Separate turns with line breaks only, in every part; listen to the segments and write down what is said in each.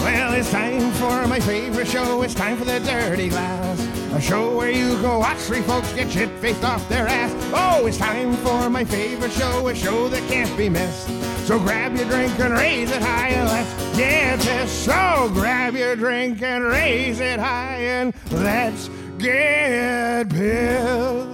Well, it's time for my favorite show. It's time for the Dirty Glass, a show where you go watch three folks get shit faced off their ass. Oh, it's time for my favorite show, a show that can't be missed. So grab your drink and raise it high and let's get this. So grab your drink and raise it high and let's get pissed.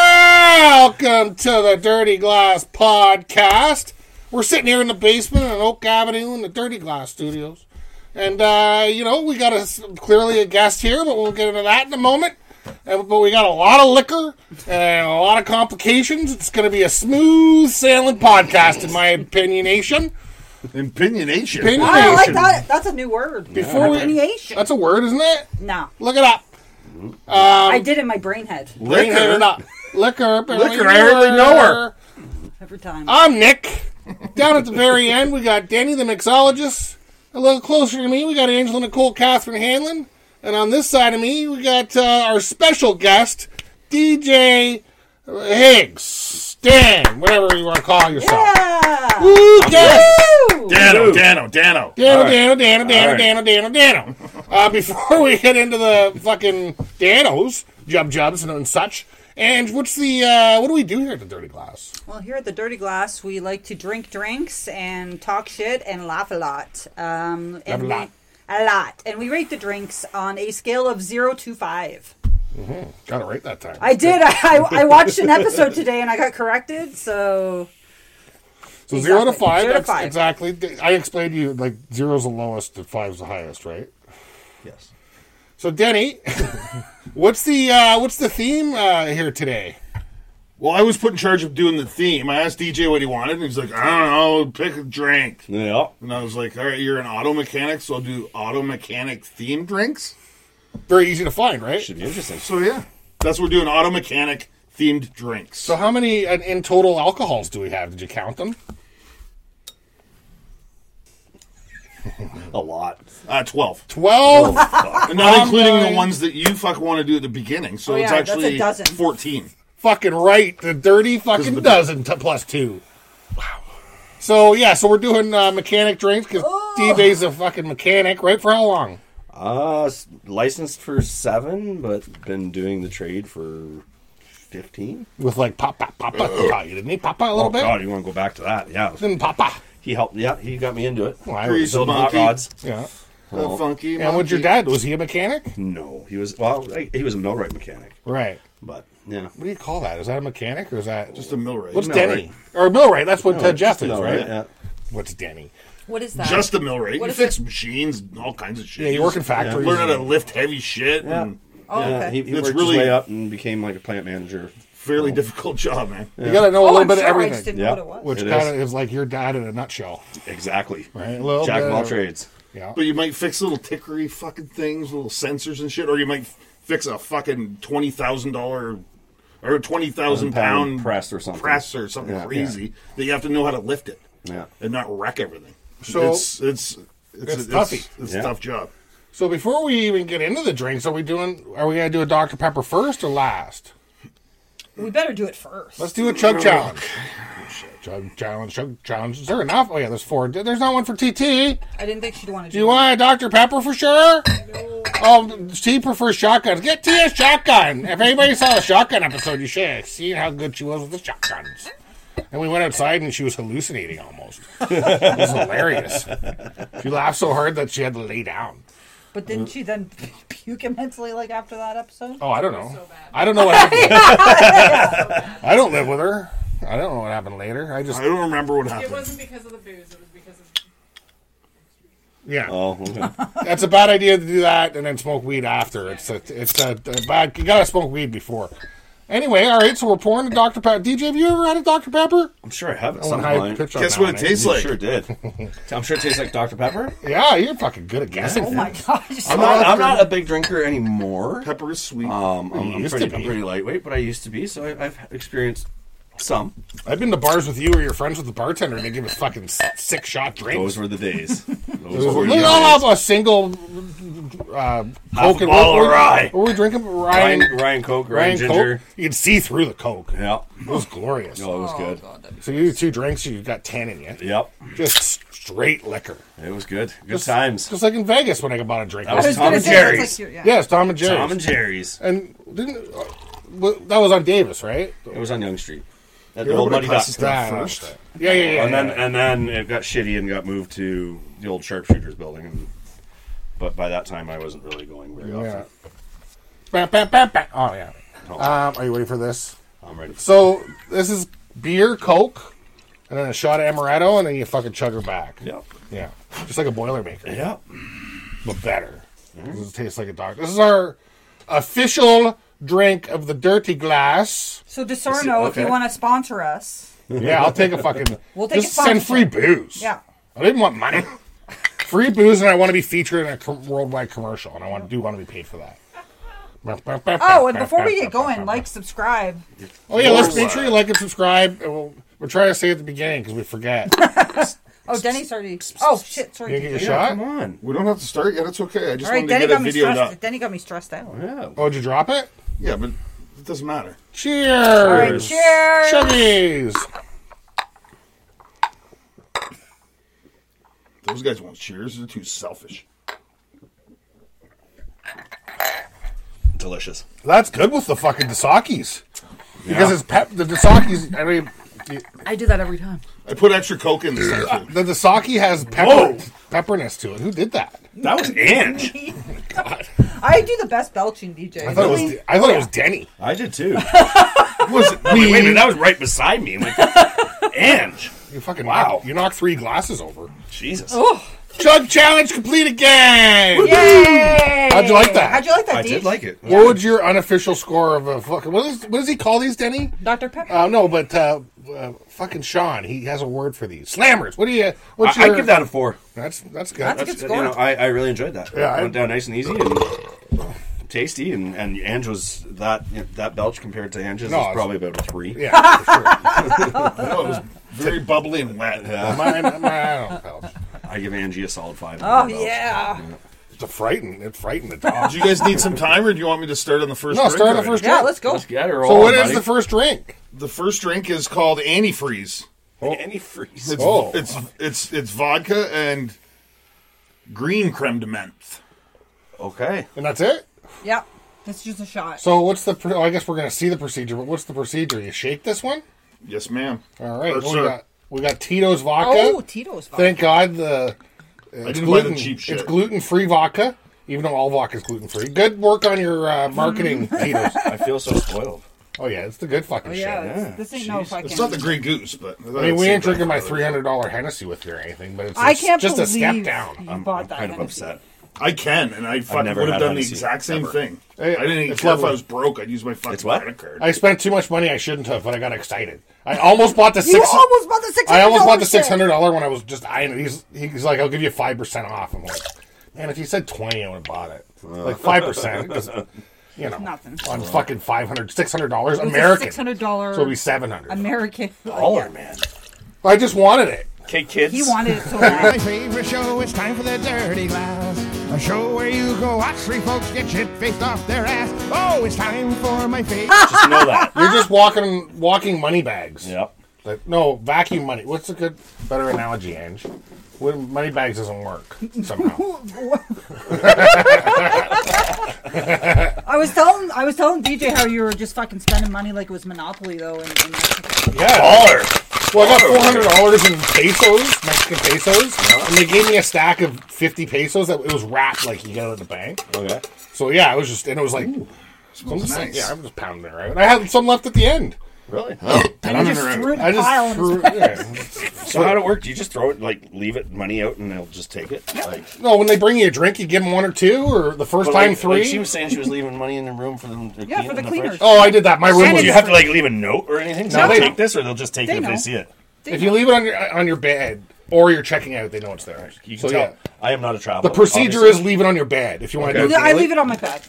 Welcome to the Dirty Glass Podcast. We're sitting here in the basement on Oak Avenue in the Dirty Glass Studios. And, uh, you know, we got a, clearly a guest here, but we'll get into that in a moment. And, but we got a lot of liquor and a lot of complications. It's going to be a smooth sailing podcast, in my opinionation.
Opinionation.
Opinionation.
Oh, I like that. That's a new word.
Before we,
Opinionation.
that's a word, isn't it?
No,
Look it up.
I did in my brain head
Ain't heard it
Liquor.
up. Liquor.
Liquor, I already know her.
every time.
I'm Nick. Down at the very end, we got Denny, the mixologist. A little closer to me, we got Angela Nicole Catherine Hanlon. And on this side of me, we got uh, our special guest, DJ Higgs. Stan, whatever you want to call yourself.
yeah.
Oh. Woo, guest!
Woo!
Dano, Dano, Dano.
Dano,
All right.
Dano, Dano, Dano,
All right.
Dano, Dano, Dano. Uh, before we get into the fucking Danos, Jub Jubs and, and such, and what's the, uh, what do we do here at the Dirty Glass?
Well, here at the Dirty Glass, we like to drink drinks and talk shit and laugh a lot. Um, and
Laugh a
we,
lot.
A lot. And we rate the drinks on a scale of zero to five.
Got it right that time.
I did. I, I watched an episode today and I got corrected. So
So zero to
Exactly.
five.
Zero to
that's
five.
Exactly. I explained to you like zero's the lowest and five's the highest, right?
Yes.
So Denny, what's the uh, what's the theme uh, here today?
Well, I was put in charge of doing the theme. I asked DJ what he wanted, and he's like, I don't know, pick a drink.
Yeah.
And I was like, all right, you're an auto mechanic, so I'll do auto mechanic theme drinks.
Very easy to find, right?
Should be interesting.
So, yeah. That's what we're doing, auto mechanic themed drinks.
So how many in, in total alcohols do we have? Did you count them?
A lot.
uh, 12.
Twelve.
Not including
my-
the ones that you fuck want to do at the beginning. So
Oh,
it's
yeah, that's a
actually
dozen.
14.
fucking right. The dirty fucking
the-
dozen t- plus two. Wow. So yeah, so we're doing uh, mechanic drinks because DJ's a fucking mechanic, right? For how long?
Uh, s- licensed for seven, but been doing the trade for 15.
With like papa, papa, you didn't he? Papa a little
oh,
bit.
God, you want to go back to that? Yeah.
Then papa.
He helped. Yeah, he got me into it.
Well, I was,
Grease the
Building hot
monkey.
rods.
yeah.
The funky.
Oh. And with your
monkey.
dad, was he a mechanic?
No, he was, well, like, he was a millwright mechanic.
Right.
But, yeah.
What do you call that? Is that a mechanic or is that just
Just a millwright.
what's
Millwright.
Denny or Millwright? That's what uh, Jeff is,
Millwright,
right?
Yeah.
What's Denny?
what is that?
Just a millwright.
What
You
is
fix machines, and all kinds of shit.
Yeah, you work in factories.
Learn how to lift heavy shit.
Yeah.
And
oh,
Yeah,
okay.
He, he
That's
worked
really-
his way up and became like a plant manager. Oh.
fairly difficult job, man.
You got to know a
oh,
little
I'm
bit
sure.
of
I just
everything,
didn't
Yeah.
know what it was.
which
It
kind of
is.
is like your dad in a nutshell,
Exactly.
right? A little
Jack
bit
of all
of-
trades.
Yeah.
But you might fix little tickery fucking things, little sensors and shit, or you might fix a fucking twenty thousand dollar or twenty thousand
Pound
pound
press or something.
press or something
Yeah.
crazy that you have to know how to lift it
Yeah.
and not wreck everything.
So-
it's it's it's
It's
it's,
toughy.
it's, it's
Yeah.
a tough job.
So before we even get into the drinks, are we doing? Are we gonna do a Dr Pepper first or last?
We better do it first.
Let's do a chug challenge. Chug challenge, chug challenge. Is there enough? Oh yeah, there's four. There's not one for TT.
I didn't think she'd want to do
Do you want a Dr. Pepper for sure? Um, she prefers shotguns. Get Tia a shotgun. If anybody saw the shotgun episode, you should have seen how good she was with the shotguns. And we went outside and she was hallucinating almost. It was hilarious. She laughed so hard that she had to lay down.
But didn't she then puke immensely like after that episode?
Oh, I don't know. I don't know what happened. I don't live with her. I don't know what happened later. I just,
I don't remember what
It
happened.
wasn't because of the booze. It was because of
yeah.
Oh, okay.
That's a bad idea to do that and then smoke weed after. It's a, it's a, a bad, you gotta smoke weed before. Anyway, all right, so we're pouring the Dr. Pepper. DJ, have you ever had a Dr. Pepper?
I'm sure I have it
wanna hide a
somewhere.
picture
Guess what it tastes like.
Sure did. I'm sure it tastes like Dr Pepper.
eh? Yeah, you're fucking good at guessing.
Oh my gosh.
I'm not. I'm not a big drinker anymore.
Pepper is sweet.
Um, I'm, I'm
used to
pretty, I'm
be.
pretty lightweight, but I used to be, so I, I've experienced some.
I've been to bars with you or your friends with the bartender, and they give us fucking six shot drinks.
Those were the days. Those
Those
were
They
the
all
days.
have a single uh, Coke and
bottle of
were-
rye.
Were we drinking Ryan,
Ryan,
Ryan,
Ryan Coke, Ryan, Ginger.
Coke? You could see through the Coke. It
Yep.
was glorious.
No, it was good.
So you do two drinks, you got ten in you.
Yep.
Just straight liquor.
It was good. Good times.
Just like in Vegas when I bought a drink.
That was
I
Tom
was
and
gonna say, that's
Jerry's.
like your- yeah.
yes, Tom and Jerry.
Tom and Jerry's.
and didn't uh, well, that was on Davis, right?
It was on Young Street. At the
You're
old
the one
Muddy
who
Duck.
passes
Yeah, I
First.
understand. Yeah, yeah, yeah.
And then
yeah.
and then it got shitty and got moved to the old sharpshooters building. And, but by that time, I wasn't really going very
Yeah.
often.
Bam, bam, bam, bam. Oh yeah.
Oh.
Um, are you ready for this?
I'm ready. For
So this is beer, Coke, and then a shot of amaretto, and then you fucking chug her back.
yep.
Yeah. Just like a Boilermaker,
Yep.
but better.
Mm-hmm.
This tastes like a dark. This is our official drink of the Dirty Glass.
So DeSorno, if
Okay.
you want to sponsor us,
Yeah, I'll take a fucking.
We'll take
just
a
send free
sponsorship.
booze.
yeah.
I didn't want money. Free booze, and I want to be featured in a com- worldwide commercial, and I want do want to be paid for that.
Oh, and before we get going, like, subscribe.
oh yeah, let's make sure you like and subscribe. And we'll, we're trying to say at the beginning because we forget. You
Oh, Denny's already. Oh shit,
gonna get your
sorry.
Yeah,
shot?
come on.
We don't have to start yet. It's okay. I just
All right,
wanted to
Denny
get a
got me
video
stressed.
up.
Denny got me stressed out.
Yeah.
Oh, did you drop it?
Yeah, but it doesn't matter.
Cheers!
All right, cheers.
Chuggies!
Those guys won't cheers. They're too selfish.
Delicious.
That's good with the fucking Dasakis. Because it's pep. The Dasakis, I mean,
I do that every time.
I put extra Coke in this. actually.
the Dasaki has
Whoa.
pepper, pepperness to it. Who did that?
That was Ange.
I do the best belching, DJ.
I thought it was. I thought it was Denny.
I did too. was it? Wait, wait a minute, that was right beside me. Like, Ange.
You fucking
Wow.
knocked- You knocked three glasses over.
Jesus.
Oh,
Chug challenge complete again.
Yay!
How'd you like that?
How'd you like that,
I did
Deej?
like it.
What would your unofficial score of a fucking what, is, what does he call these, Denny?
Dr. Pepper.
Uh, no, but uh, uh, fucking Sean, he has a word for these slammers. What do you? What's
I, I
your?
give that a four.
That's that's good.
That's a
That's,
good
you
score.
know, I, I really enjoyed that.
Yeah, I-
it went down nice and easy and tasty, and and Ange was that you know, that belch compared to Ange's
No,
was
it's-
probably about a three.
yeah, for sure.
No, Oh, it was very bubbly and wet.
mine, mine, I don't know.
I give Angie a solid five.
oh,
Belch.
yeah.
It's a frighten. It frightened the dog.
Do you guys need some time, or do you want me to start on the first?
no,
drink
start on the
already?
first
Yeah,
drink.
let's go.
Let's get her
so
all.
what is
buddy.
the first drink?
The first drink is called antifreeze.
Any freeze?
It's,
Oh.
it's it's it's vodka and green creme de menthe.
Okay.
And that's it.
Yep. That's just a shot.
So what's the? Pro- oh, I guess we're gonna see the procedure. But what's the procedure? You shake this one.
Yes, ma'am.
All right.
Or,
what we
sir,
got we got Tito's vodka.
oh, Tito's vodka.
Thank God the
I
It's
didn't buy
gluten.
the cheap shit.
It's gluten free vodka, even though all vodka is gluten free. Good work on your uh, marketing, Peters.
I feel so spoiled.
Oh yeah, it's the good fucking
Oh,
shit.
yeah.
Yeah,
it's- This ain't no
Jesus.
fucking.
It's not the Grey Goose, but
I mean, we ain't drinking my three hundred dollar Hennessy with you or anything, but it's,
I
it's
can't
just a
believe
step down.
you bought that.
Kind of
Hennessy.
upset.
I can, and I fucking
never
would have
had
done the
Hennessy,
exact same
ever.
thing.
Hey,
I didn't even
it's
care if
lovely.
I was broke. I'd use my fucking
It's what?
credit card.
I spent too much money I shouldn't have, but I got excited. I almost bought the
You
six.
almost bought the six.
I almost bought the six hundred dollar one. I was just eyeing it. He's he's like, I'll give you five percent off. I'm like, man, if you said twenty, I would have bought it.
Uh.
Like five percent, you know,
Nothing.
on fucking 500 600 dollars American.
American. Six hundred dollar.
So it'll be seven hundred.
American.
Baller, man.
I just wanted it.
Okay, kids.
Oh, He wanted it so bad.
My favorite show, it's time for the Dirty Glass. A show where you go watch three folks get shit faced off their ass. Oh, it's time for my favorite.
Just know that.
You're
Ah.
just walking walking money bags.
yep.
Like, no, vacuum money. What's a good better analogy, Ange? When money bags doesn't work somehow.
I was telling I was telling DJ how you were just fucking spending money like it was Monopoly though, and, and
yeah.
Baller.
Well, I got four hundred dollars in pesos, Mexican pesos, and they gave me a stack of fifty pesos that it was wrapped like you get it at the bank.
Okay.
So yeah, it was just and it was like,
Smells
I'm just like,
nice.
yeah, I'm just pounding it right. And I had some left at the end.
Really?
And
I
I'm
just
gonna-
threw the
I just
pile in his
threw- yeah.
so how would it work? Do you just throw it, like leave it money out, and they'll just take it? Like,
No, when they bring you a drink, you give them one or two, or the first
but
time
like-
three.
like she was saying she was leaving money in the room for them. to
Yeah, for
clean in
the
fridge.
cleaners.
oh, I did that. My room
And
Do
was.
you have to like leave a note or anything?
No,
No,
they
take
don't.
this, or they'll just take
They
it if
know.
they see it.
if you leave it on your on your bed or you're checking out, they know it's there.
You
so
can tell.
yeah,
I am not a traveler.
the procedure
obviously.
is leave it on your bed if you want to do
No,
it.
I
daily.
leave it on my bed.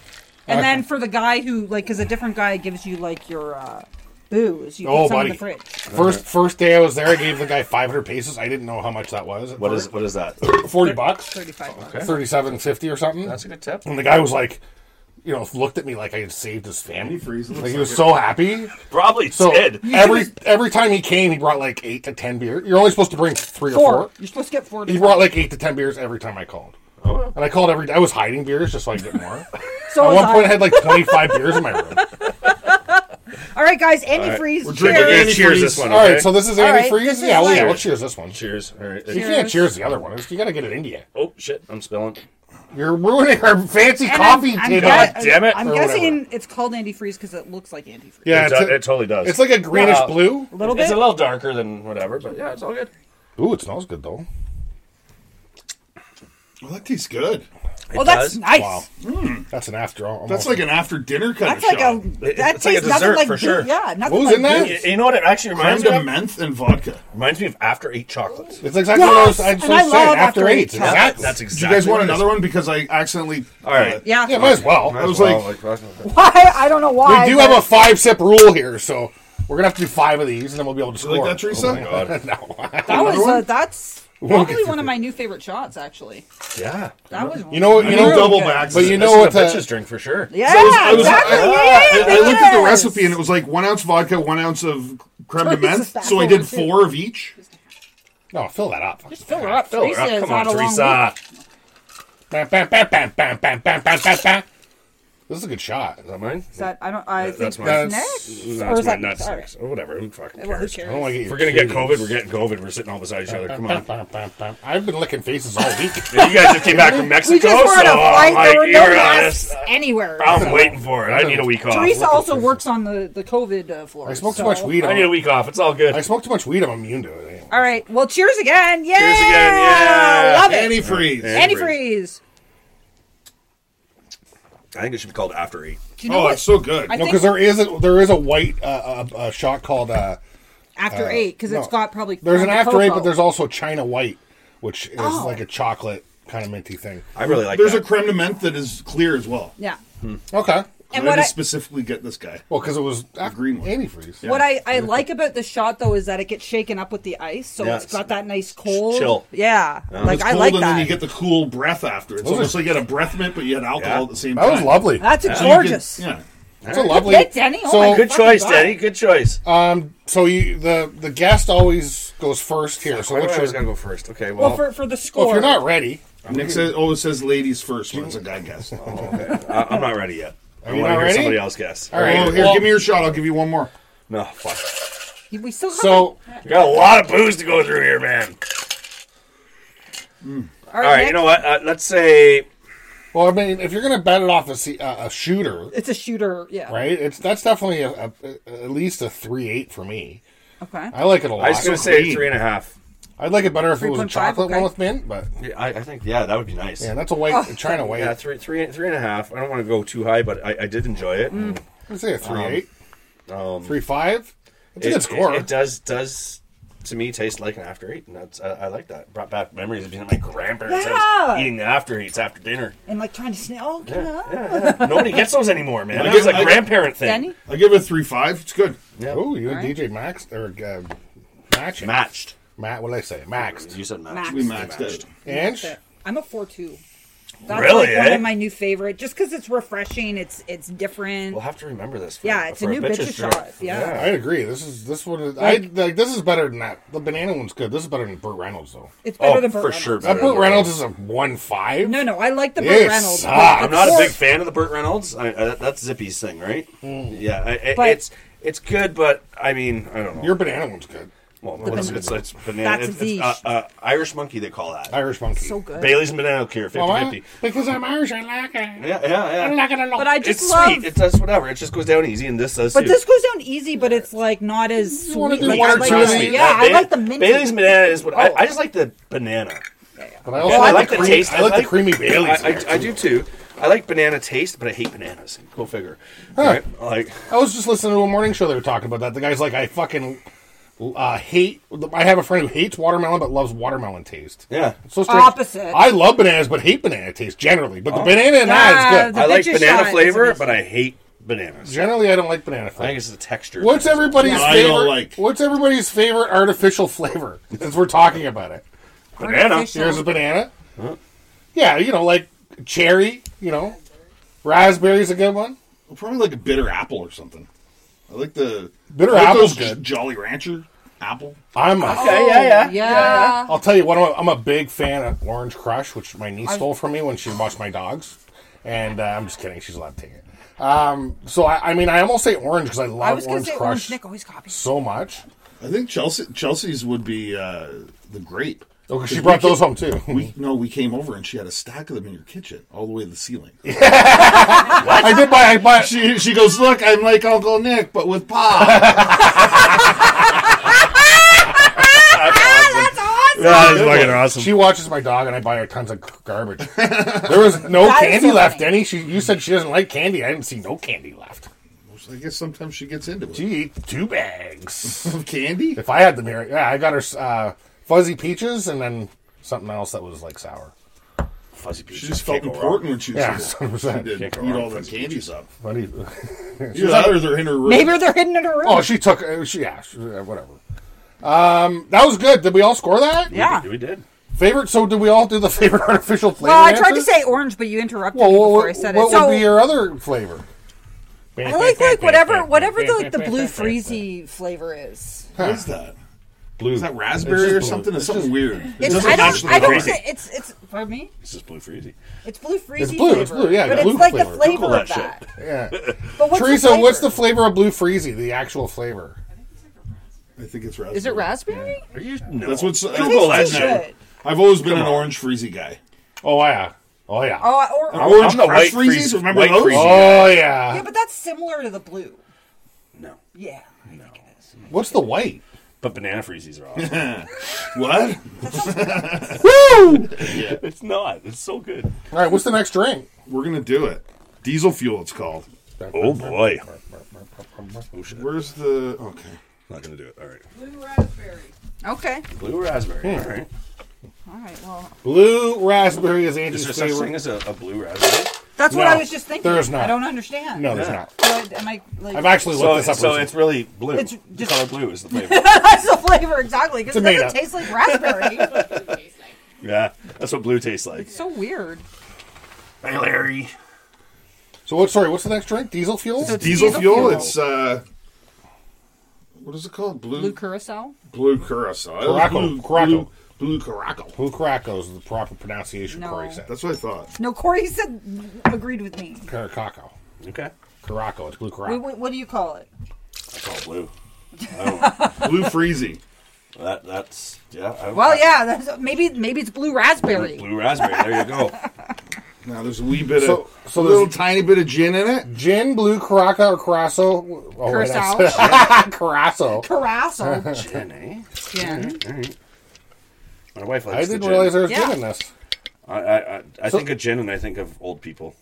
And
Okay.
then for the guy who, like, because a different guy gives you, like, your uh, booze, you
Oh,
put some
buddy.
in the fridge.
First first day I was there, I gave the guy 500 pesos. I didn't know how much that was. at
What
first.
is what is that?
40 bucks,
35 bucks.
37.50 or something.
That's a good tip.
and the guy was like, you know, looked at me like I had saved his family.
freeze.
Like he was so happy.
Probably
So
did.
every every time he came, he brought like eight to ten beers. You're only supposed to bring three
Four.
or four.
You're supposed to get four.
He
different-
brought like eight to ten beers every time I called. And I called every. I was hiding beers just so I could get more.
so
At
was
one point, I
I.
had like twenty five beers in my room.
All right, guys, antifreeze.
We're drinking
Cheers.
antifreeze.
Cheers this one.
All right,
okay?
so this is
All right,
antifreeze.
this is
yeah, well, yeah,
like-
we'll cheers this one.
cheers. All right.
You can't
Cheers.
cheers the other one. You got to get it India.
Oh shit! I'm spilling.
You're ruining our fancy
And I'm-
coffee
I'm
table.
God
gu-
damn it.
I'm
Or
guessing it's called antifreeze because it looks like antifreeze.
yeah,
it,
it's,
do-
a-
it totally does.
it's like a greenish
Wow.
blue.
A little
It's
bit.
a little darker than whatever, but yeah, it's all good.
Ooh, it smells good though.
Well, that tastes good.
oh, that's
does.
nice.
Wow. That's an after all.
That's
Oh.
like an after dinner kind
That's
of
like
shot.
a.
It-
That
it's like a
tastes nothing
dessert
like
for
beer.
sure.
Yeah, nothing
What was
like
in that?
beer.
You, you know what it actually
Creme
reminds me
de
of?
menthe and vodka.
Reminds me of after eight chocolates.
It's exactly what I was, I
Yes!
was
And I
saying.
love
After
After
eight,
Eight
it's
Chocolate.
exactly.
That's exactly.
Do you guys want another one? Because I accidentally. uh,
All right.
Yeah.
Yeah, might as well.
I was like,
Why? I don't know why.
We do have a five sip rule here, so we're gonna have to do five of these, and then we'll be able to
you
score. Oh
like that, Teresa?
no.
That was uh, that's
Won't
probably
get
one of my new favorite shots. Actually,
Yeah.
that was.
You know,
I
you
know
know,
double
good.
backs.
but you
This
know what?
is a bitch's
The,
drink for sure.
I
Yeah,
was- I was-
exactly.
I, I looked at the
yes.
recipe and it was like one ounce vodka, one ounce of creme de
Teresa,
menthe.
that's
So I
the
did
one, too.
four of each.
no, fill that up.
Just fill her up. Fill
Come on, Teresa.
Bam, bam, bam, bam, bam, bam, bam, bam, bam, bam. This is a good shot.
Is that mine?
Is that I don't. I think
That's
that's,
mine.
next.
That's
or is
mine,
that-
not
sorry.
six. Or whatever. Who fucking
Well, who
cares?
cares?
I don't wanna get
If
your
we're gonna get
titties.
COVID. We're getting COVID. We're sitting all beside each other. Come on.
Bam, bam, bam, bam. I've been licking faces all week.
Yeah, you guys just came back from Mexico,
We just were on
so
a flight.
I'm like,
there were no
you're
masks
honest.
anywhere.
I'm waiting for it. I need a week off.
Teresa also works on the the COVID uh, floor.
I smoke too much weed.
I need a
I'm,
week off. It's all good.
I smoke too much weed. I'm immune to it.
All right. Well, cheers again. Yeah.
again, yeah.
Love it.
Antifreeze.
Antifreeze.
I think it should be called after eight.
Do you know
Oh,
what?
it's so good.
I
No,
think
because there is a, there is a white uh, uh a shot called. Uh,
after eight, because it's
no.
got probably.
There's an
Crown de
after eight,
Coco.
but there's also China White, which is
Oh.
like a chocolate kind of minty thing.
I really like
There's a
that.
creme de menthe that is clear as well.
yeah.
Hmm.
Okay.
And
I
what I,
did specifically get this guy.
Well, because it was after
green one.
antifreeze.
what I, I like about the shot though is that it gets shaken up with the ice, so
Yeah,
it's
it's-
got that nice cold.
chill.
Yeah. Like
It's
I
cold
like
and then you
that.
get the cool breath after. It's almost like you had a breath mint, but you had alcohol
Yeah.
at the same
That
time.
was lovely.
That's a
So you could-
gorgeous.
yeah.
That's a lovely.
Good, Denny. Oh
so,
my
Good
Fucking Oh,
choice,
God.
Daddy. Good choice.
so you the the guest always goes first here. So
Why do I
what's
always
your,
gotta go first. Okay. Well,
Well, for, for the score.
well, if you're not ready,
Nick says, always says ladies first when it's a guy guess. Oh,
I, I'm not ready yet. I
you
want to
not
hear
ready?
somebody else guess.
All right.
Oh, here,
well-
give me your shot. I'll give you one more.
No, fuck.
we still have
so
We got a lot of booze to go through here, man.
all
All right. You know what? Uh, let's say
well, I mean, if you're gonna bet it off a se- uh, a shooter,
It's a shooter. Yeah.
right? It's that's definitely a, a, a- at least a three eight for me.
Okay.
I like it a lot.
I was gonna say three and a half.
I'd like it better if it was a
3.5,
chocolate
okay. Oh.
one with mint, but
Yeah, I, I think yeah, that would be nice.
yeah,
Yeah,
that's a white China white.
three, three, three and a half. I don't want to go too high, but I, I did enjoy it.
Mm.
I'd say a three eight, three five. It's a
Um, It-
good score.
It, it does does to me taste like an after eight, and that's I, I like that. Brought back memories of being at my grandparents'
Yeah.
house, eating the after eats after dinner.
And like trying to sneak. Oh, come on.
Nobody gets those anymore, man.
I
It's
get-
like
I
a
get-
grandparent thing.
Danny.
I give it a three five. It's good.
Oh, you and
Alright.
DJ Max or uh, matching?
Matched.
Matt, what did I say? Maxed.
You said
Matched.
matched.
We maxed it.
Ange?
I'm a four two. That's
Really,
like one
eh?
of my new favorite, just because it's refreshing. It's it's different.
We'll have to remember this. For,
yeah, it's a
for
new bitch's
drink.
shot. Yeah.
I agree. This is this one. Is, I like this is better than that. The banana one's good. This is better than Burt Reynolds though.
it's better
Oh,
than Burt
for
Reynolds.
sure.
That
better
Burt
than Ah,
Reynolds is a one five.
No, no, I like the Burt
It
Reynolds. but
sucks.
I'm not a
four-
big fan of the Burt Reynolds. I, I, that's Zippy's thing, right? Yeah, I, I,
But-
it's it's good, but I mean, I don't know.
Your banana one's good.
Well,
The
it's,
banana.
it's, it's banana.
That's
It's, it's, uh,
zeshe.
uh, Irish monkey, they call that.
Irish monkey.
So good.
Bailey's and banana cure, 50
Well, I-
50.
because I'm Irish, I like it.
Yeah, yeah,
I
yeah.
like it a lot.
But I just
It's
love.
sweet. It does whatever. It just goes down easy, and this does
but
too.
this goes down easy, but it's like not as
just wanna
sweet.
do
Like,
one
I
or
like
two
the-
of these.
yeah, I
Ba-
like the minty.
Bailey's banana is what
Oh.
I, I just like the banana.
But I also
I
like
like
the
the
cream-
taste.
I like the creamy
I,
Baileys.
I, I do too. I like banana taste, but I hate bananas. Go figure.
Huh.
Right? Like
I was just listening to a morning show. They were talking about that. The guy's like, I fucking uh, hate. I have a friend who hates watermelon but loves watermelon taste.
yeah.
It's So strange.
Opposite.
I love bananas but hate banana taste generally. But the banana and I
Ah,
is
the
good.
I like
picture
banana
shot is
flavor,
amazing.
but I hate bananas.
Generally, I don't like banana
I think
flavor.
it's the texture.
What's everybody's
I don't
favorite?
like.
What's everybody's favorite artificial flavor? Since we're talking about it,
banana?
Artificial.
here's a banana. Yeah, you know, like cherry. You know, raspberry's a good one.
Well, probably like a bitter apple or something. I like the
Bitter
I like
apple's
those
good.
Jolly Rancher apple.
I'm a
Okay, yeah, yeah.
Yeah.
I'll tell you what, I'm a, I'm a big fan of Orange Crush, which my niece stole from me when she watched my dogs. And uh, I'm just kidding, she's allowed to take it. Um, so, I, I mean, I almost say orange because I
I
love
was gonna
Orange
say
Crush
Orange Nick always copies.
so much.
I think Chelsea Chelsea's would be uh, the grape.
Oh, 'cause she brought those home too.
We no, we came over and she had a stack of them in your kitchen, all the way to the ceiling.
I did buy, I bought,
she she goes, look, I'm like Uncle Nick, but with pop.
That's awesome.
That is fucking awesome.
she watches my dog and I buy her tons of garbage. there was no
That is
candy
so
left,
funny.
Any? She, you said she doesn't like candy. I didn't see no candy left.
I guess sometimes she gets into it.
She ate two bags.
Of candy.
if I had them here, yeah, I got her uh, fuzzy peaches and then something else that was like sour.
Fuzzy peaches.
She just felt
Can't go
important
wrong.
when she was
Yeah,
little.
100%.
She
Can't
did
go
eat
wrong
all the
with
candies up.
What do you-
She was either they're in her room.
Maybe they're hidden in a room.
Oh, she took. Uh, she yeah, she- uh, whatever. Um, that was good. Did we all score that?
yeah.
We did.
Favorite. So did we all do the favorite artificial flavor?
Well, I tried to
answer?
say orange, but you interrupted
Well,
me
what,
before I
what,
said
what
it. So
would be your other flavor?
I like like whatever whatever the like the blue freezy flavor is.
What is that?
Blue.
Is that raspberry or
It's just
something?
blue.
It's something weird. It
It's,
doesn't
I
match
don't
the
I don't
color.
say it's it's for me.
This is blue freezy.
It's blue freezy
blue,
flavor.
it's blue, yeah,
but
the blue
it's like
flavor.
the flavor
Google
of
that
that.
Yeah.
But what's
Teresa,
the flavor?
what's the flavor of blue freezy? The actual flavor.
I think it's raspberry.
Is it raspberry?
Are you? No.
That's what's.
Google that
tastes
shit.
good.
I've always been an orange freezy guy.
Oh yeah. Oh yeah.
Oh, I- or,
Orange
I'm the
Crush
white
freezies.
Freezy-
Remember
white
those?
Freezy.
Oh, yeah.
yeah, but that's similar to the blue.
No.
Yeah, I think it is.
What's the white?
But banana freezies are awesome.
What?
Woo!
it's not. It's so good.
All right. What's the next drink?
We're gonna do it. Diesel fuel. It's called.
Oh boy.
Where's the? Okay.
Not gonna do it. All right. Hmm.
Blue raspberry.
Okay.
Blue raspberry. All right.
All right. Well,
Blue raspberry is Angie's
Is there such
favorite.
thing as a, a blue raspberry?
that's what
No,
I was just thinking.
there is not.
I don't understand.
no, there's
Yeah.
not.
What, am I like?
I've actually looked
So,
this up.
so
recently.
it's really blue.
It's
The
just-
color blue is the flavor.
that's the flavor exactly because it
Tomato.
doesn't taste like raspberry.
Blue tastes like.
yeah, that's what blue tastes like.
it's so weird.
Hey, Larry.
So what? Sorry, what's the next drink? Diesel fuel.
So it's
Diesel,
diesel
fuel,
fuel.
It's uh. What is it called? Blue.
Blue curacao.
blue curacao.
Caraco,
Blue,
Caraco.
Blue, blue curacao.
Blue Caraco is the proper pronunciation.
No.
Corey said.
That's what I thought.
No, Corey said agreed with me.
Caracaco.
Okay.
Caraco. It's blue
Wait,
Caraco.
what, what do you call it?
That's all blue. Oh,
Blue freezy.
That that's yeah. I,
Well,
I-
yeah, that's, maybe maybe it's blue raspberry.
Blue raspberry. There you go.
Now there's a wee bit
So-
of
so
a little
there's-
tiny bit of gin in it.
Gin, blue Caraca or Carasso. Oh, wait,
Curacao.
that's- Carasso.
Curacao
Gin, eh?
gin.
All right. My wife likes
I
the
didn't
gin.
realize there was
Yeah.
gin in this.
I I, I, I
So-
think of gin and I think of old people.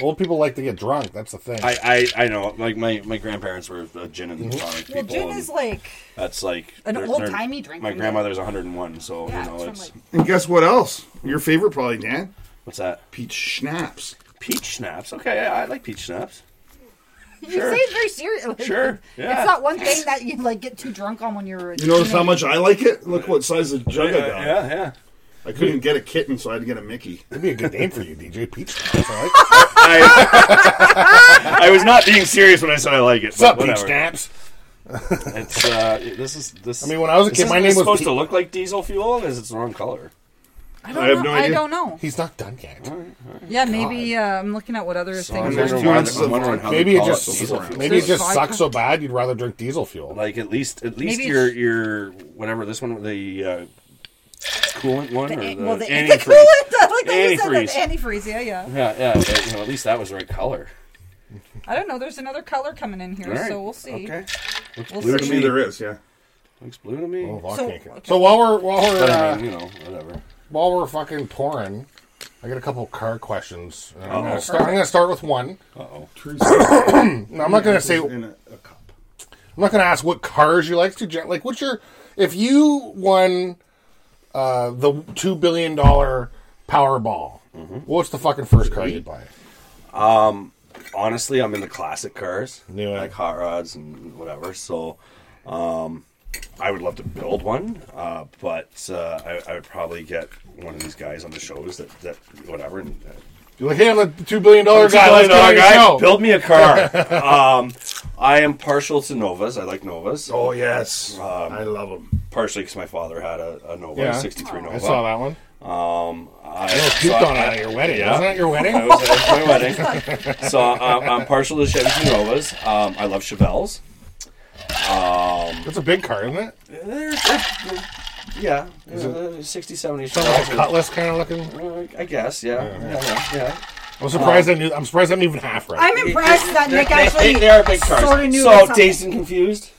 Old people like to get drunk. That's the thing.
I, I, I know. Like my, my grandparents were uh, gin and
Mm-hmm.
tonic people.
Well, gin
and
is like
that's like
an
they're- they're-
old-timey drink,
My
isn't it?
grandmother's 101, so
yeah,
you
it's
know it's
from like
And guess what else? Your favorite probably, Dan?
what's that?
Peach schnapps.
Peach schnapps. Okay, I, I like peach schnapps.
you
Sure.
say it very seriously.
Sure. Yeah.
It's not one thing that you like get too drunk on when you're. a
You notice how
teenager.
much I like it? Look what size of jug I
yeah,
got.
yeah, yeah.
I couldn't get a kitten, so I had to get a Mickey.
That'd be a good name for you, DJ Peach. Snaps. I like
I, I was not being serious when I said I like it.
What's up,
but
Peach
whatever.
Snaps?
It's uh, this is this.
I mean, when I was a
this
kid,
is-
my
this
name was
supposed
Pe-
to look like diesel fuel, is it's the wrong color?
I don't
I have
know.
no
I
idea.
don't know.
He's not done yet.
yeah, maybe uh, I'm looking at what other
I'm
things.
there's
Are.
wondering
two
why-
ounces
I'm
of
wondering
vodka.
how they
Maybe it
call
just
so different.
maybe it
There's
just
vodka.
sucks so bad you'd rather drink diesel fuel.
Like at least at least
Maybe
your
it's-
your whatever this one the uh, coolant one or
an-
the,
well, the,
antifreeze.
the coolant. Like I said,
Antifreeze.
that antifreeze. Yeah, yeah.
Yeah, yeah. but, you know, at least that was the right color.
I don't know. There's another color coming in here,
All right.
so we'll see.
Okay. Looks
We'll see.
blue to me.
Actually, there is, yeah.
Looks blue to me.
Oh, vodka.
So-
So, while we're while we're
but
uh,
I mean, you know, whatever.
while we're fucking pouring, I got a couple car questions. And I'm,
Oh.
gonna start, I'm gonna start with one.
Uh oh.
No, I'm not gonna say. I'm
in a, a cup.
not gonna ask what cars you like to gen- like. What's your if you won uh, the two billion dollar Powerball? What's the fucking first car you'd buy?
Honestly, I'm into classic cars,
Yeah.
like hot rods and whatever. So, um, I would love to build one, uh, but uh, I, I would probably get one of these guys on the shows that that whatever and. Uh,
You're like, hey, I'm a two billion dollar guy. Let's
Build me a
go.
guy,
Guy,
Build me a car. um, I am partial to Novas. I like Novas.
Oh yes, I love them.
Partially because my father had a, a Nova,
Yeah.
a 63 Nova.
I saw that one.
I,
I was
so
puked on
I-
it at your wedding.
Yeah.
Wasn't that your wedding?
I was at my wedding. So um, I'm partial to Chevys and Novas. Um, I love Chevelles.
That's a big car, isn't it?
They're, they're, yeah, uh, 60, 70
Something like a
Chevelles.
Cutlass kind of looking.
Uh, I guess, yeah. yeah, yeah.
I'm surprised I knew. I'm surprised I'm even half right.
I'm impressed that Nick actually
they, they are big cars.
sort of knew.
so
about something.
dazed and confused.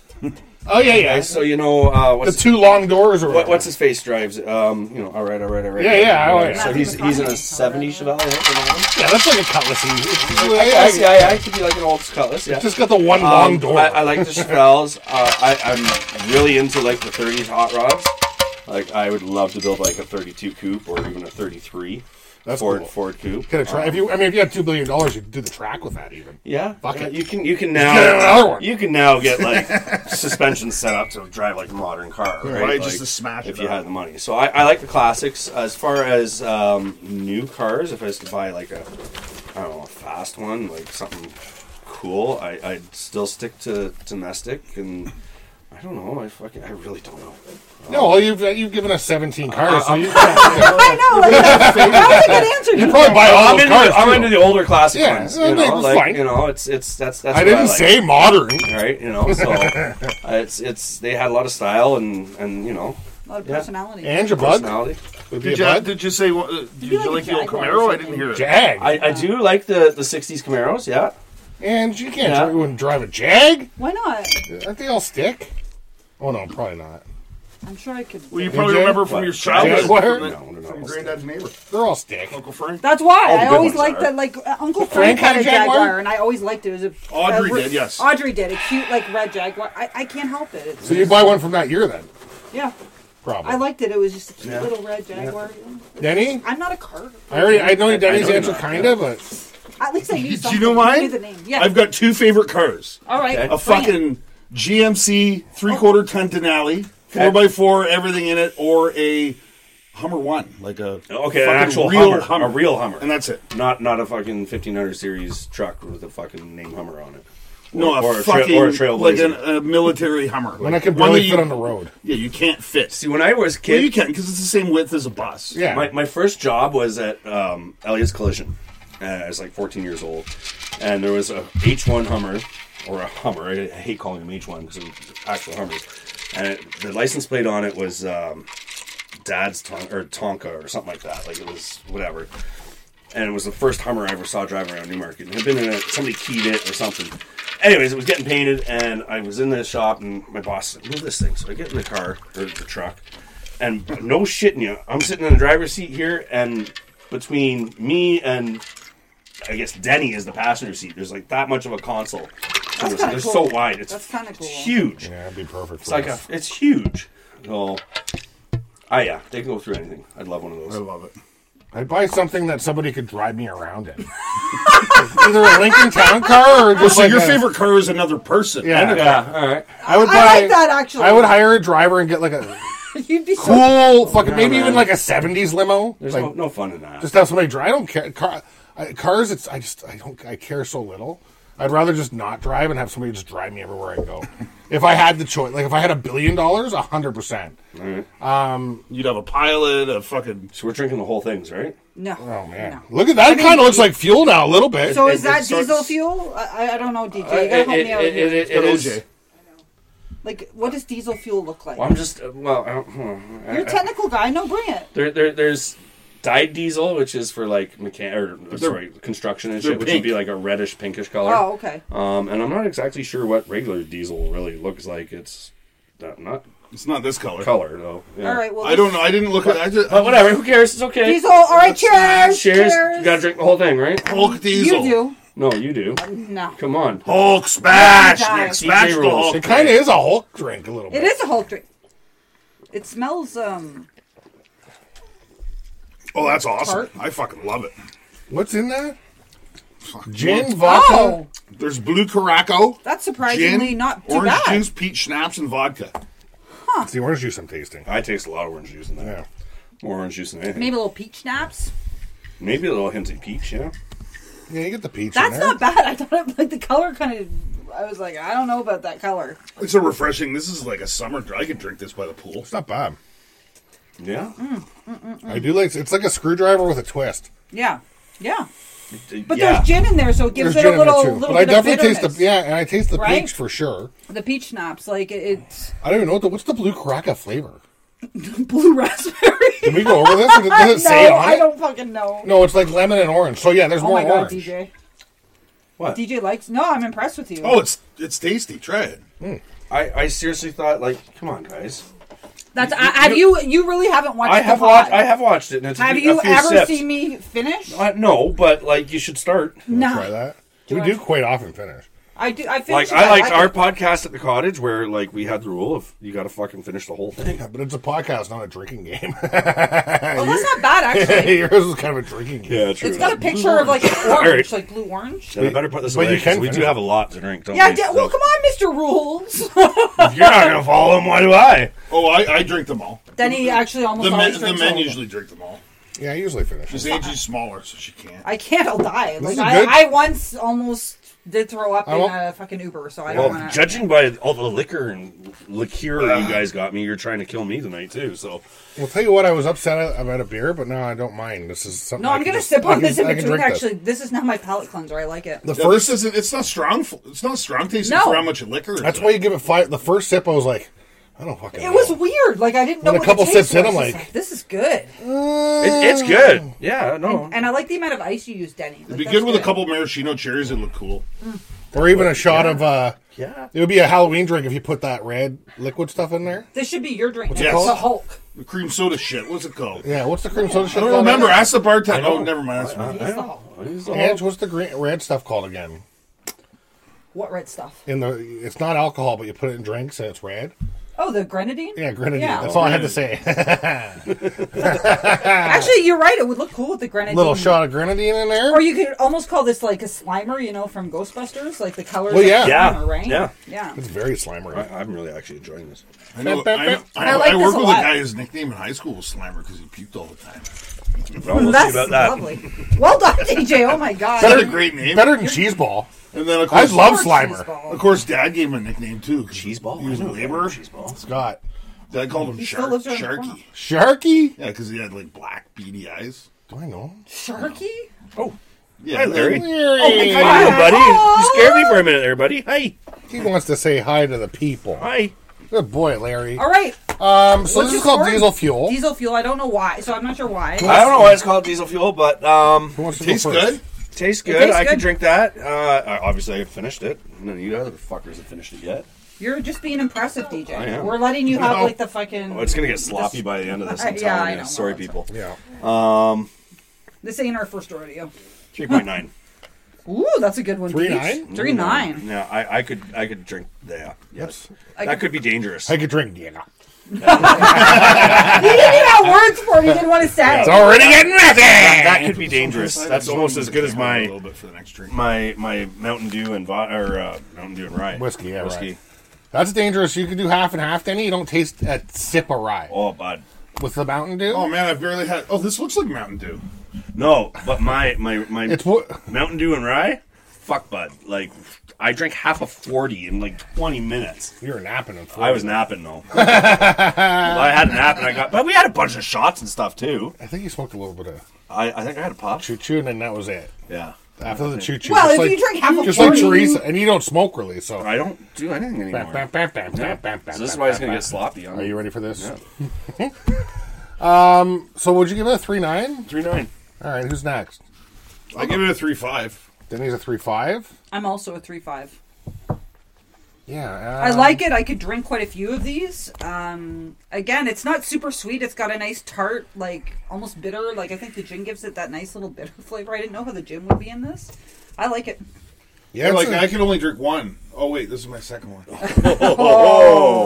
oh yeah, yeah.
So you know uh,
the
what's
two long doors or
What,
whatever.
what's his face drives? Um, you know, all right, all right, all right.
Yeah, yeah, all right.
So he's he's in a seventy Chevelle. Right? You
yeah, that's like a Cutlass. It's, it's-
know? I guess, yeah, yeah, it could be like an old Cutlass. Yeah.
it's just got the one
Um,
long door.
I, I like the Chevelles. Uh, I, I'm really into like the '30s hot rods. Like I would love to build like a '32 coupe or even a '33
That's
Ford
cool.
Ford coupe.
Could have tried. If you, I mean, if you had two billion dollars, you'd do the track with that. Even
Yeah,
Fuck
yeah,
it.
you can you can
get another
now
one.
you can now get like suspension set up to drive like a modern car, right?
Right,
Like,
just to smash
if
it
you
up.
had the money. So I, I like the classics. As far as um, new cars, if I was to buy like a I don't know a fast one, like something cool, I, I'd still stick to domestic and. I don't know. I fucking. I really don't know.
no, well, you've you've given us seventeen
Uh,
cars, so you
I know. Like, that, that was a good answer.
you
Nick.
probably buy all
I'm
those
into,
cars.
the, I'm
too.
into the older classic
Yeah,
ones.
I
You
think
know,
it's
like
fine.
you know, it's it's that's that's.
I
what
didn't
like.
say modern.
right? You know, so it's it's they had a lot of style and and you know
A lot of
Yeah.
personality.
And your bug.
personality.
Would be
Did
a
you,
bug.
did you say? what- Uh, did you,
like
like
a
the old
Jaguar or
Camaro? I
something.
didn't hear it.
Jag.
I, I do like the the '60s Camaros, yeah.
and you can't
Yeah.
drive, you wouldn't drive a Jag.
Why not?
Aren't they all stick? Oh no, probably not.
I'm sure I could.
Well, you probably
Jag?
remember from
What?
your childhood.
Jaguar?
From,
No, no,
the-
no,
from
no.
your granddad's neighbor,
They're all stick.
Uncle Frank.
That's why
All the
I
good
always
ones
liked
are.
that. Like uh, Uncle
Frank
Frank,
had
had
a
a jaguar?
Jaguar?
and I always liked it. It was a
Audrey
a re-
did, yes.
Audrey did a cute like red jaguar. I, I can't help it. It's,
So you buy one from that year then,
yeah,
probably.
I liked it. It was just a cute
Yeah.
little red jaguar.
Denny.
I'm not a car.
I already I know
I
Denny's
know you're
answer
not,
kind of, but
At least I knew
Do
something.
you know
I
mine?
knew the name. Yeah.
I've got two favorite cars:
All right.
Okay.
a
Frank.
fucking GMC three-quarter ton Denali, four
Okay.
by four, everything in it, or a Hummer One, like a
Okay, an
fucking
actual
real
Hummer, a real Hummer,
and that's it.
not not a fucking 1500 series truck with a fucking name Hummer on it.
No,
or
a
a tra-
fucking
or a
like
Trailblazer.
an, a military Hummer.
when I
like
can
one that
barely
you-
fit on the road.
Yeah, you can't fit.
See, when I was a
Well, you
kid,
can because it's the same width as a bus.
Yeah.
my, my first job was at um, Elliot's Collision. Uh, I was like 14 years old, and there was a H1 Hummer or a Hummer. I hate calling them H1 because they're actual Hummers, and it, the license plate on it was um, Dad's ton- or Tonka or something like that. Like it was whatever. and it was the first Hummer I ever saw driving around Newmarket. It had been in a, somebody keyed it or something. Anyways, it was getting painted, and I was in the shop, and my boss said, "Move this thing." So I get in the car or the truck, and no shitting you, I'm sitting in the driver's seat here, and between me and I guess Denny is the passenger seat. There's like that much of a console. So
That's
it's-
kinda
they're
cool.
so wide. It's,
That's kinda
it's
cool.
huge.
Yeah, that'd be perfect
It's
for
like a,
us.
it's huge. So, ah, yeah, they can go through anything. I'd love one of
I
those.
love it.
I'd buy something that somebody could drive me around in. Either a Lincoln Town car or just
So
like
your
a-
favorite car is another person.
Yeah.
And a-
Yeah, uh, all right.
I would buy.
I like that actually.
I would hire a driver and get like a
You'd be so.
cool fucking maybe
man.
even like a '70s limo.
There's
like
no, no fun in that.
just have somebody drive. I don't care car, I, cars. It's I just I don't I care so little. I'd rather just not drive and have somebody just drive me everywhere I go. If I had the choice, like if I had a billion dollars, hundred percent.
You'd have a pilot, a fucking.
So we're drinking the whole things, right?
No.
Oh man,
No.
look at that! It kind of looks like fuel now a little bit.
So
It-
is
it
that
starts-
diesel fuel? I, I- I don't know, DJ. You gotta
it,
help me out
it-
here.
it- it-
Got
it is-
OJ.
like, what does diesel fuel look like?
Well, I'm just uh, well. I don't, hmm, I-
You're a technical guy. No, bring it.
there, there, there's dyed diesel, which is for like mechan or sorry construction and
they're
shit, which would be
pink.
like a reddish pinkish color.
Oh, okay.
Um, and I'm not exactly sure what regular diesel really looks like. It's not, not
It's not this color.
color though. Yeah.
All right. Well,
I don't know. I didn't look at. I just
But whatever. Who cares? It's okay.
Diesel. All right. Cheers.
Cheers. You gotta drink the whole thing, right?
Hulk diesel.
You
No, you do.
do. No.
Come on.
Hulk smash.
Yeah,
Nick, smash
DJ
the
rules.
Hulk.
it kind of is a Hulk drink a little
It
bit.
is a Hulk drink. It smells. Um.
Oh, that's awesome.
Tart.
I fucking love it.
What's in that? Gin, vodka.
Oh,
There's blue caraco,
that's surprisingly
gin,
not too
orange
bad.
juice, peach schnapps, and vodka.
Oh!
It's the orange juice I'm tasting.
I taste a lot of orange juice in that.
Yeah.
More orange juice than anything.
Maybe
Maybe,
a little peach schnapps.
a little hint of peach. Yeah.
Yeah, you get the peach.
That's
in there.
not bad. I thought it, like the color kind of. I was like, I don't know about that color.
It's so refreshing. This is like a summer. dr- I could drink this by the pool.
It's not bad.
Yeah.
I do like. It's like a screwdriver with a twist.
Yeah, yeah.
D-
But
yeah.
there's gin in there, so it gives
There's gin
it a
in there
little,
too.
little
But
bit
I definitely
of
taste
bitterness.
the yeah, and I taste the
right?
peach for sure.
the peach schnapps, like it, it's
I don't even know what the, what's the blue caraca flavor.
blue raspberry.
Did we go over this? Does it, does it say
no,
on
I
it?
don't fucking know.
No, it's like lemon and orange. So yeah, there's
oh
more
my god,
orange.
DJ.
What?
DJ likes. No, I'm impressed with you.
Oh, it's it's tasty. Try it.
I, I seriously thought like, come on, guys.
that's. I, have you? You really haven't watched.
I
the
have
pod.
watched. I have watched it. And it's a
Have
few-
you
a few
ever
sips.
seen me finish?
Uh, no, but like you should start.
no,
Try that.
Do
we
I-
do quite often finish.
I do. I finish.
Like
it,
I liked our
it.
podcast at the cottage where like we had the rule of you got to fucking finish the whole thing.
Yeah, but it's a podcast, not a drinking game.
Oh, that's not bad actually.
Yours is kind of a drinking game.
Yeah, true.
it's got a picture of like an
All
orange,
right.
like blue orange.
Then I better put this
But
away.
you can
'cause we do
finish
have a lot to drink. Don't
Yeah,
we?
yeah. Well, come on, Mister Rules.
If you're not gonna follow them, why do I?
Oh, I, I drink them all.
then he actually almost
The men,
always
the
drinks
men
all of them.
usually drink them all.
Yeah, I usually finish.
His age is smaller, so she can't.
I can't. I'll die.
is
Like
good.
I, I once almost did throw up
I
in
won't-
a fucking Uber, so I don't
Well,
want to.
judging by all the liquor and liqueur you guys got me, you're trying to kill me tonight too. So
Well, tell you what, I was upset about a beer, but now I don't mind. This is something.
No,
I
I'm
can
gonna
just-
sip
I
on
can-
this in
I can
between.
drink this.
Actually, this is not my palate cleanser. I like it.
the
Now, this
first
isn't. It's not strong. f- It's not strong tasting
No.
for how much liquor.
That's why you give it five. The first sip, I was like, I don't fucking.
It
know.
was weird. Like I didn't know.
When a
what
couple
the taste
sips in, I'm
was. It's
like-
this is good.
it, it's good. Yeah,
oh.
no.
And I like the amount of ice you use, Denny.
It'd be good with a couple maraschino cherries. It'd look cool.
or even a shot of. uh
Yeah.
It would be a Halloween drink if you put that red liquid stuff in there.
This should be your drink.
it
Yes.
called?
The Hulk.
The cream soda shit. What's it called?
Yeah, what's the cream soda shit?
I don't
called
remember.
again?
Ask the bartender. Oh, never mind. That's fine.
He's the Hulk.
Ange, what's the green, red stuff called again?
What red stuff?
In the, it's not alcohol, but you put it in drinks and it's red.
Oh, the grenadine.
Yeah, grenadine.
Yeah.
That's all I had to say.
Actually, you're right. It would look cool with the grenadine.
Little shot of grenadine in there.
Or you could almost call this like a Slimer, you know, from Ghostbusters, like the colors.
Well,
of
yeah.
Yeah.
Slimer, right?
Yeah.
yeah.
It's very slimery.
I, I'm really actually enjoying this.
I know. I, know, I,
I
know- I
like this
work
a
with
lot.
a guy. His nickname in high school was Slammer because he puked all the time.
Well, we'll
That's
see about that.
lovely. Well done, DJ. Oh my god.
That's a great name.
Better than cheese ball.
And then of
I
course,
love
Cheese
Slimer.
ball.
Of course, Dad gave him a nickname too. 'cause
Cheese ball.
He was
I
a
know, yeah,
laborer.
Cheese ball.
Scott.
Dad called him
still
Shark,
lives around the corner.
Sharky.
Sharky?
Yeah, because he had like black beady eyes.
Do I know? him?
Sharky?
Oh,
Yeah,
hi, Larry.
and-
Oh
Hey, how you doing, buddy? You scared me for a minute there, buddy. Hi.
He wants to say hi to the people.
Hi.
Good boy, Larry.
All right.
Um, so
What's
this is
your
called
story?
diesel fuel.
Diesel fuel. I don't know why, so I'm not sure why.
I don't know why it's called diesel fuel, but um,
Who wants to go
Tastes
first?
good.
tastes good.
tastes
I
good.
can drink that. Uh, I- obviously, I finished it. None of you other fuckers have finished it yet.
You're just being impressive, DJ.
I am.
We're letting you have
No.
like the fucking.
Oh, it's gonna get sloppy by the end of this. I'm
Yeah, I
telling
know.
you. Sorry, people.
Yeah.
This ain't our first rodeo.
Three point nine.
Ooh, that's a good one.
Three
Peach.
nine?
Three nine.
Yeah, I, I could I could drink. Yeah. Yes.
I
that
could-
could be dangerous.
I could drink Diana.
He didn't even have words for it. He didn't want to say it.
It's already getting messy.
that could be dangerous. That's almost as good as
A little
my
bit for the next drink.
my my Mountain Dew and vo- or uh, Mountain Dew and rye
Whiskey, yeah,
whiskey.
rye. That's dangerous. You can do half and half, Denny. You don't taste a sip of rye.
Oh, bud.
With the Mountain Dew?
Oh man, I've barely had. Oh, this looks like Mountain Dew.
No, but my my my
It's what
Mountain Dew and rye. fuck bud. Like I drank half a forty in like twenty minutes.
You were napping in
I
Florida.
was napping though. Well, I had a nap and I got, but we had a bunch of shots and stuff too.
I think you smoked a little bit of
I, I think I had a pop.
choo choo, and then that was it.
Yeah,
After the choo choo,
Well, if you drink half a
just like
forty,
Teresa, and you don't smoke really, so.
I don't do
Bam,
anything
bam,
anymore.
bam, bam, bam, bam,
So this is
bam,
why it's
bam,
gonna
bam.
get sloppy.
Are you ready for this?
Yeah.
um. So would you give it a three nine?
Three nine.
All right. Who's next?
I give it a three five.
Denny's a three five.
I'm also a three five.
Yeah.
I
um,
like it. I could drink quite a few of these. Um, again, it's not super sweet. It's got a nice tart, like almost bitter. Like I think the gin gives it that nice little bitter flavor. I didn't know how the gin would be in this. I like it.
Yeah,
like
it's a-
I can only drink one. Oh wait, this is my second one. Oh,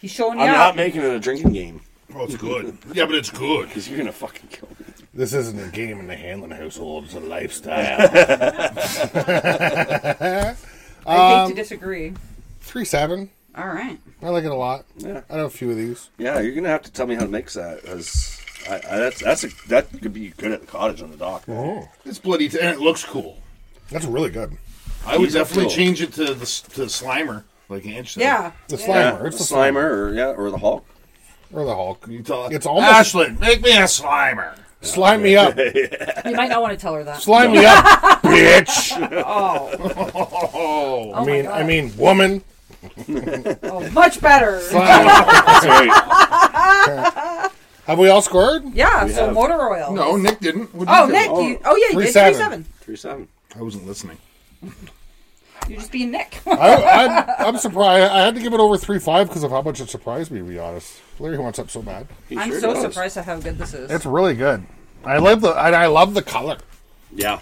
He's showing you
I'm
up.
not making it a drinking game
Oh, it's good. yeah, but it's good.
because you're gonna fucking kill me.
This isn't a game in the Hanlon household. It's a lifestyle.
I
Um,
hate to disagree.
three seven.
All right.
I like it a lot.
Yeah.
I know a few of these.
Yeah, you're gonna have to tell me how to mix that. As I, I, that's that's a, that could be good at the cottage on the dock.
Oh,
It's bloody t- and it looks cool.
That's really good.
I would
He's a
definitely
fool.
change it to the s- to Slimer, like Ange said.
Yeah.
The Slimer.
yeah.
Yeah,
It's
the
the
Slimer, or yeah, or the Hulk.
Or the Hulk.
You tell
It's almost-
Ashlyn, make me a Slimer.
Slime me up.
You might not want to tell her that.
Slime me up, bitch.
Oh,
Oh,
I
my
mean,
God.
I mean, woman.
oh much better.
That's right.
Have we all scored?
yeah.
We
so
have-
motor oil.
no, Nick didn't. What did
Oh,
you do?
Nick.
Oh,
You, oh, yeah. You
three
did
seven.
three seven.
Three seven.
I wasn't listening.
You're just being Nick.
Uh,
I, I, I'm surprised. I had to give it over three five because of how much it surprised me. To be honest, Larry wants up so bad.
He
I'm
sure
so
does.
surprised at how good this is.
It's really good. I love the and I love the color.
Yeah,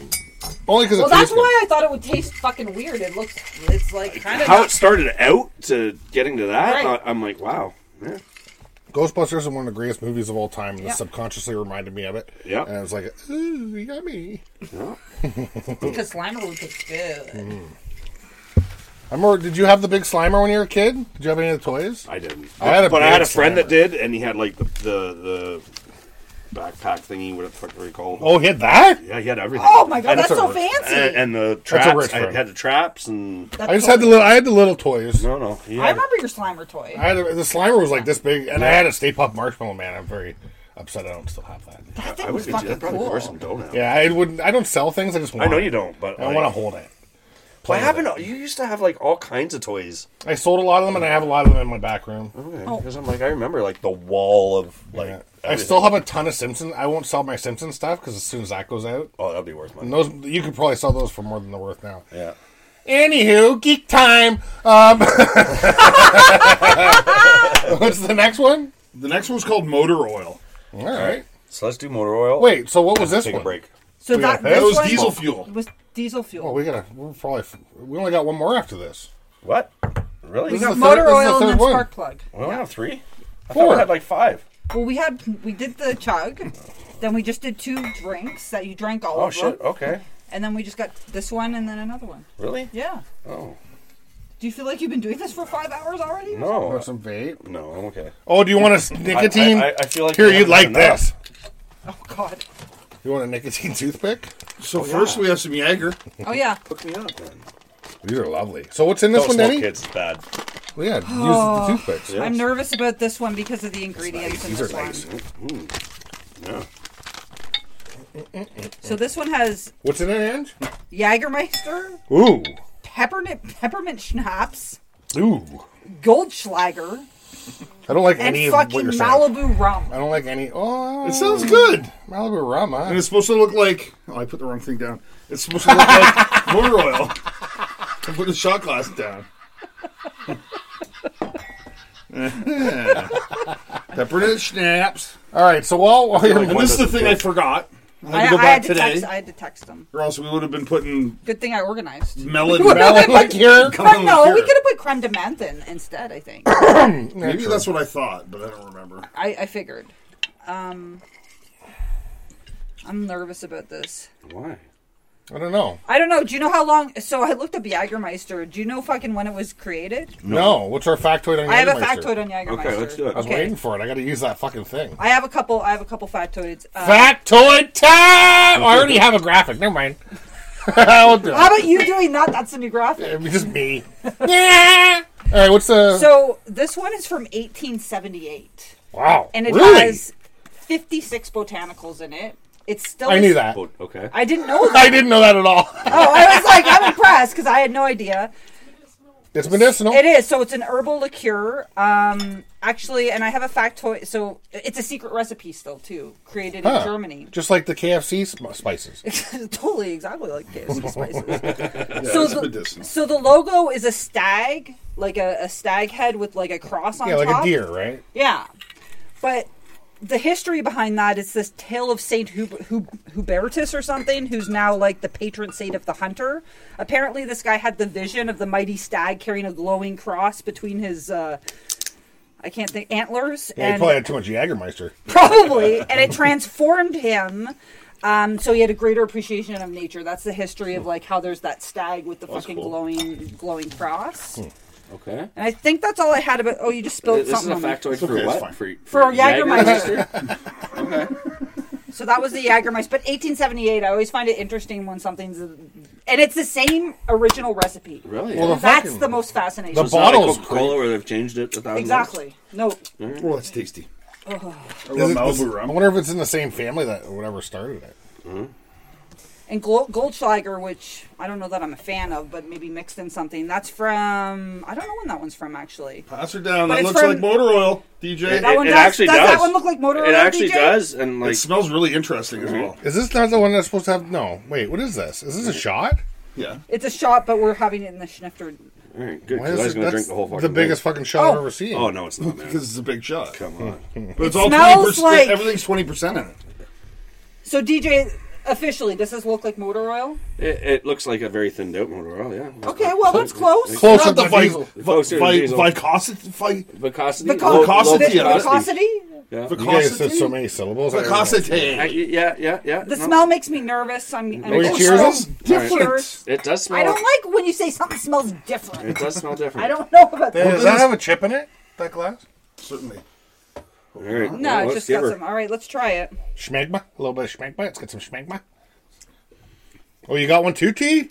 Only because
well,
it tastes
that's why I thought it would taste fucking weird. It looks, it's like kind of.
how it started out to getting to that,
Right.
I, I'm like, wow. Yeah.
good. Ghostbusters is one of the greatest movies of all time. And
Yeah.
This subconsciously reminded me of it.
Yeah.
and I was like, ooh, yummy.
The slime root is good.
I remember. Did you have the big Slimer when you were a kid? Did you have any of the toys?
I didn't.
I had a
but I had a
big
friend
Slimer.
that did, and he had like the the, the backpack thingy. What the fuck do we call? it?
Oh, hit that!
Yeah, he had everything.
Oh my god,
And
that's,
that's
so
a-
fancy.
and, and the
a
traps.
rich
I
friend.
had the traps and
That's
I just
so
had the little. I had the little toys.
no, no. He
I
had,
remember your slimer toy.
I had a, the Slimer was like this big, and I had a Stay Puft Marshmallow Man. I'm very upset. I don't still have that.
that thing
I
was
would
fucking
I'd probably
cool.
order some donuts.
Yeah, I wouldn't. I don't sell things. I just
I
want.
know
it.
you don't, but
I
like,
want to hold it.
What happened? You used to have like all kinds of toys.
I sold a lot of them, and I have a lot of them in my back room.
Oh.
Because I'm like, I remember like the wall of like.
Yeah. I
everything.
still have a ton of Simpson. I won't sell my Simpson stuff because as soon as that goes out,
Oh, that'd be worth money.
and those you could probably sell those for more than they're worth now.
Yeah.
Anywho, geek time. Um, what's the next one?
The next one's called Motor Oil.
All right.
So let's do motor oil.
Wait. So what was this
Take
one?
a break.
so
We got
that
Oh, that.
this
That was
one
diesel fuel.
was diesel fuel.
Oh, we gotta. We're probably. We only got one more after this.
What? Really?
we
We,
is
got
the third- this is
motor
the
oil and
third
then
one.
spark plug.
only have three. I thought
Four.
we had like five.
Well, we had we did the chug, then we just did two drinks that you drank all
Oh
of
shit.
them,
Okay.
and then we just got this one and then another one.
Really?
Yeah.
Oh
Do you feel like you've been doing this for five hours already?
no.
Want some vape?
No, I'm okay.
Oh, do you want a s- nicotine?
I, I, I feel like
Here,
we
you'd
haven't
like
had enough.
this.
Oh god.
You want a nicotine toothpick?
So first we have some Jaeger.
Oh yeah.
Hook me up, man.
These are lovely. So what's in this
Don't
one,
smoke
Denny?
kids. It's bad.
Well, yeah, use the toothpicks.
I'm nervous about this one because of the ingredients in
These
this
are
one.
nice.
Mm. Yeah.
So this one has
What's in it, Ange?
Jagermeister,
Ooh,
peppermint peppermint schnapps,
ooh.
Goldschlager,
I don't like
and
any of what
fucking
you're saying.
Malibu rum.
I don't like any. Oh,
It sounds good.
Malibu rum, huh?
And it's supposed to look like. Oh, I put the wrong thing down. It's supposed to look like motor oil. I put the shot glass down. Peppermint schnapps.
All right. So while while you're
And this is the thing I forgot. I had
I,
to go
I had
back
to
today,
text. I had to text them.
or else we would have been putting
Good thing I organized.
melon.
Melon liqueur.
But no, we
liqueur.
could have put creme de menthe in instead. I think.
Maybe that's what I thought, but I don't remember.
I, I figured. Um, I'm nervous about this.
Why?
I don't know.
I don't know. Do you know how long? So I looked up Jagermeister. Do you know fucking when it was created?
No. What's our factoid on?
I have a
Jägermeister?
factoid on Jagermeister.
Okay, let's do it.
I was
Okay.
waiting for it. I got to use that fucking thing.
I have a couple. I have a couple factoids. Uh,
Factoid time. Oh, I already have a graphic. Never mind. I'll do
How
it.
about you doing that? That's the new graphic.
It'd be just me. yeah. All right. What's the?
So this one is from 1878,
wow.
and it
really?
has 56 botanicals in it. It's still.
I knew that.
Oh, okay.
I didn't know that.
I didn't know that at all.
Oh, I was like, I'm impressed because I had no idea.
It's medicinal.
It is. So it's an herbal liqueur. Um, actually, and I have a factoid. So it's a secret recipe still too, created
Huh.
in Germany.
Just like the KFC sm- spices.
totally, exactly like KFC spices.
Yeah,
so
it's
the,
medicinal.
so the logo is a stag, like a, a stag head with like a cross on
Yeah,
top.
like a deer, right?
Yeah, but the history behind that is this tale of Saint Hub- Hub- Hubertus or something, who's now like the patron saint of the hunter. Apparently, this guy had the vision of the mighty stag carrying a glowing cross between his. Uh, I can't think antlers
Yeah, you
and
probably had too much Jagermeister.
probably and it transformed him um, so he had a greater appreciation of nature that's the history of like how there's that stag with the fucking
cool.
glowing glowing cross
Hmm.
and
Okay.
i think that's all i had about oh you just spilled
This is
something
a
on me.
factoid
okay,
for
it's
what?
fine.
For,
For
Jägermeister? okay.
so that was the jagermeister but 1878 i always find it interesting when something's and it's the same original recipe
Really?
Well, the
that's
fucking-
the most fascinating
the
It's not like
bottle's
Coca-Cola where they've changed it a thousand
exactly no
Well, that's tasty. I
Is
love
it-
Malibu
I
rum.
wonder if it's in the same family that whatever started it.
and Glo- Goldschlager, which I don't know that I'm a fan of, but maybe mixed in something. That's from I don't know when that one's from actually.
Pass her down.
But
That
it's
looks
from-
like motor oil, DJ.
It,
That
it-
one
it
does-
actually
does
does.
that one look like motor
It
oil,
actually
DJ?
does, and
It
like
smells really interesting as well.
Is this not the one that's supposed to have? No. Wait, what is this? Is this a shot?
Yeah.
It's a shot, but we're having it in the schnifter.
All right, good.
Why
'cause
is
I was
it-
going to
that's
drink the whole fucking
the biggest
thing.
fucking shot I've
Oh.
ever seen.
Oh no, it's not, man.
Because it's a big shot.
Come on.
But it's all
smells
20%,
like-
everything's 20% in it.
So DJ, officially, does this look like motor oil?
It, it looks like a very thinned out motor oil. Yeah.
Okay, well that's close.
Close
Not
up
the
the diesel.
vi-
Closer to
vi-
diesel.
vicosity- vi-
Vicosity.
Vico-
Low- low
Vicosity,
vi-
yeah, that's
Viscosity.
Yeah.
You guys
vicosity?
said so many syllables. I don't know.
Uh, y-
Vicosity.
yeah, yeah, yeah.
The
no.
smell makes me nervous. I'm. I'm
Oh, you
I'm
cheers
so
us?
different.
Different.
It does smell.
I don't like when you say something smells
It
different.
does smell different.
I don't know about
Hey,
that.
Does that have a chip in it? That glass?
Certainly.
All right.
No,
well,
it
let's
just
give
got
her-
some. All right, let's try it.
Schmegma? A little bit of schmegma? It's got some schmegma. Oh, you got one too, T?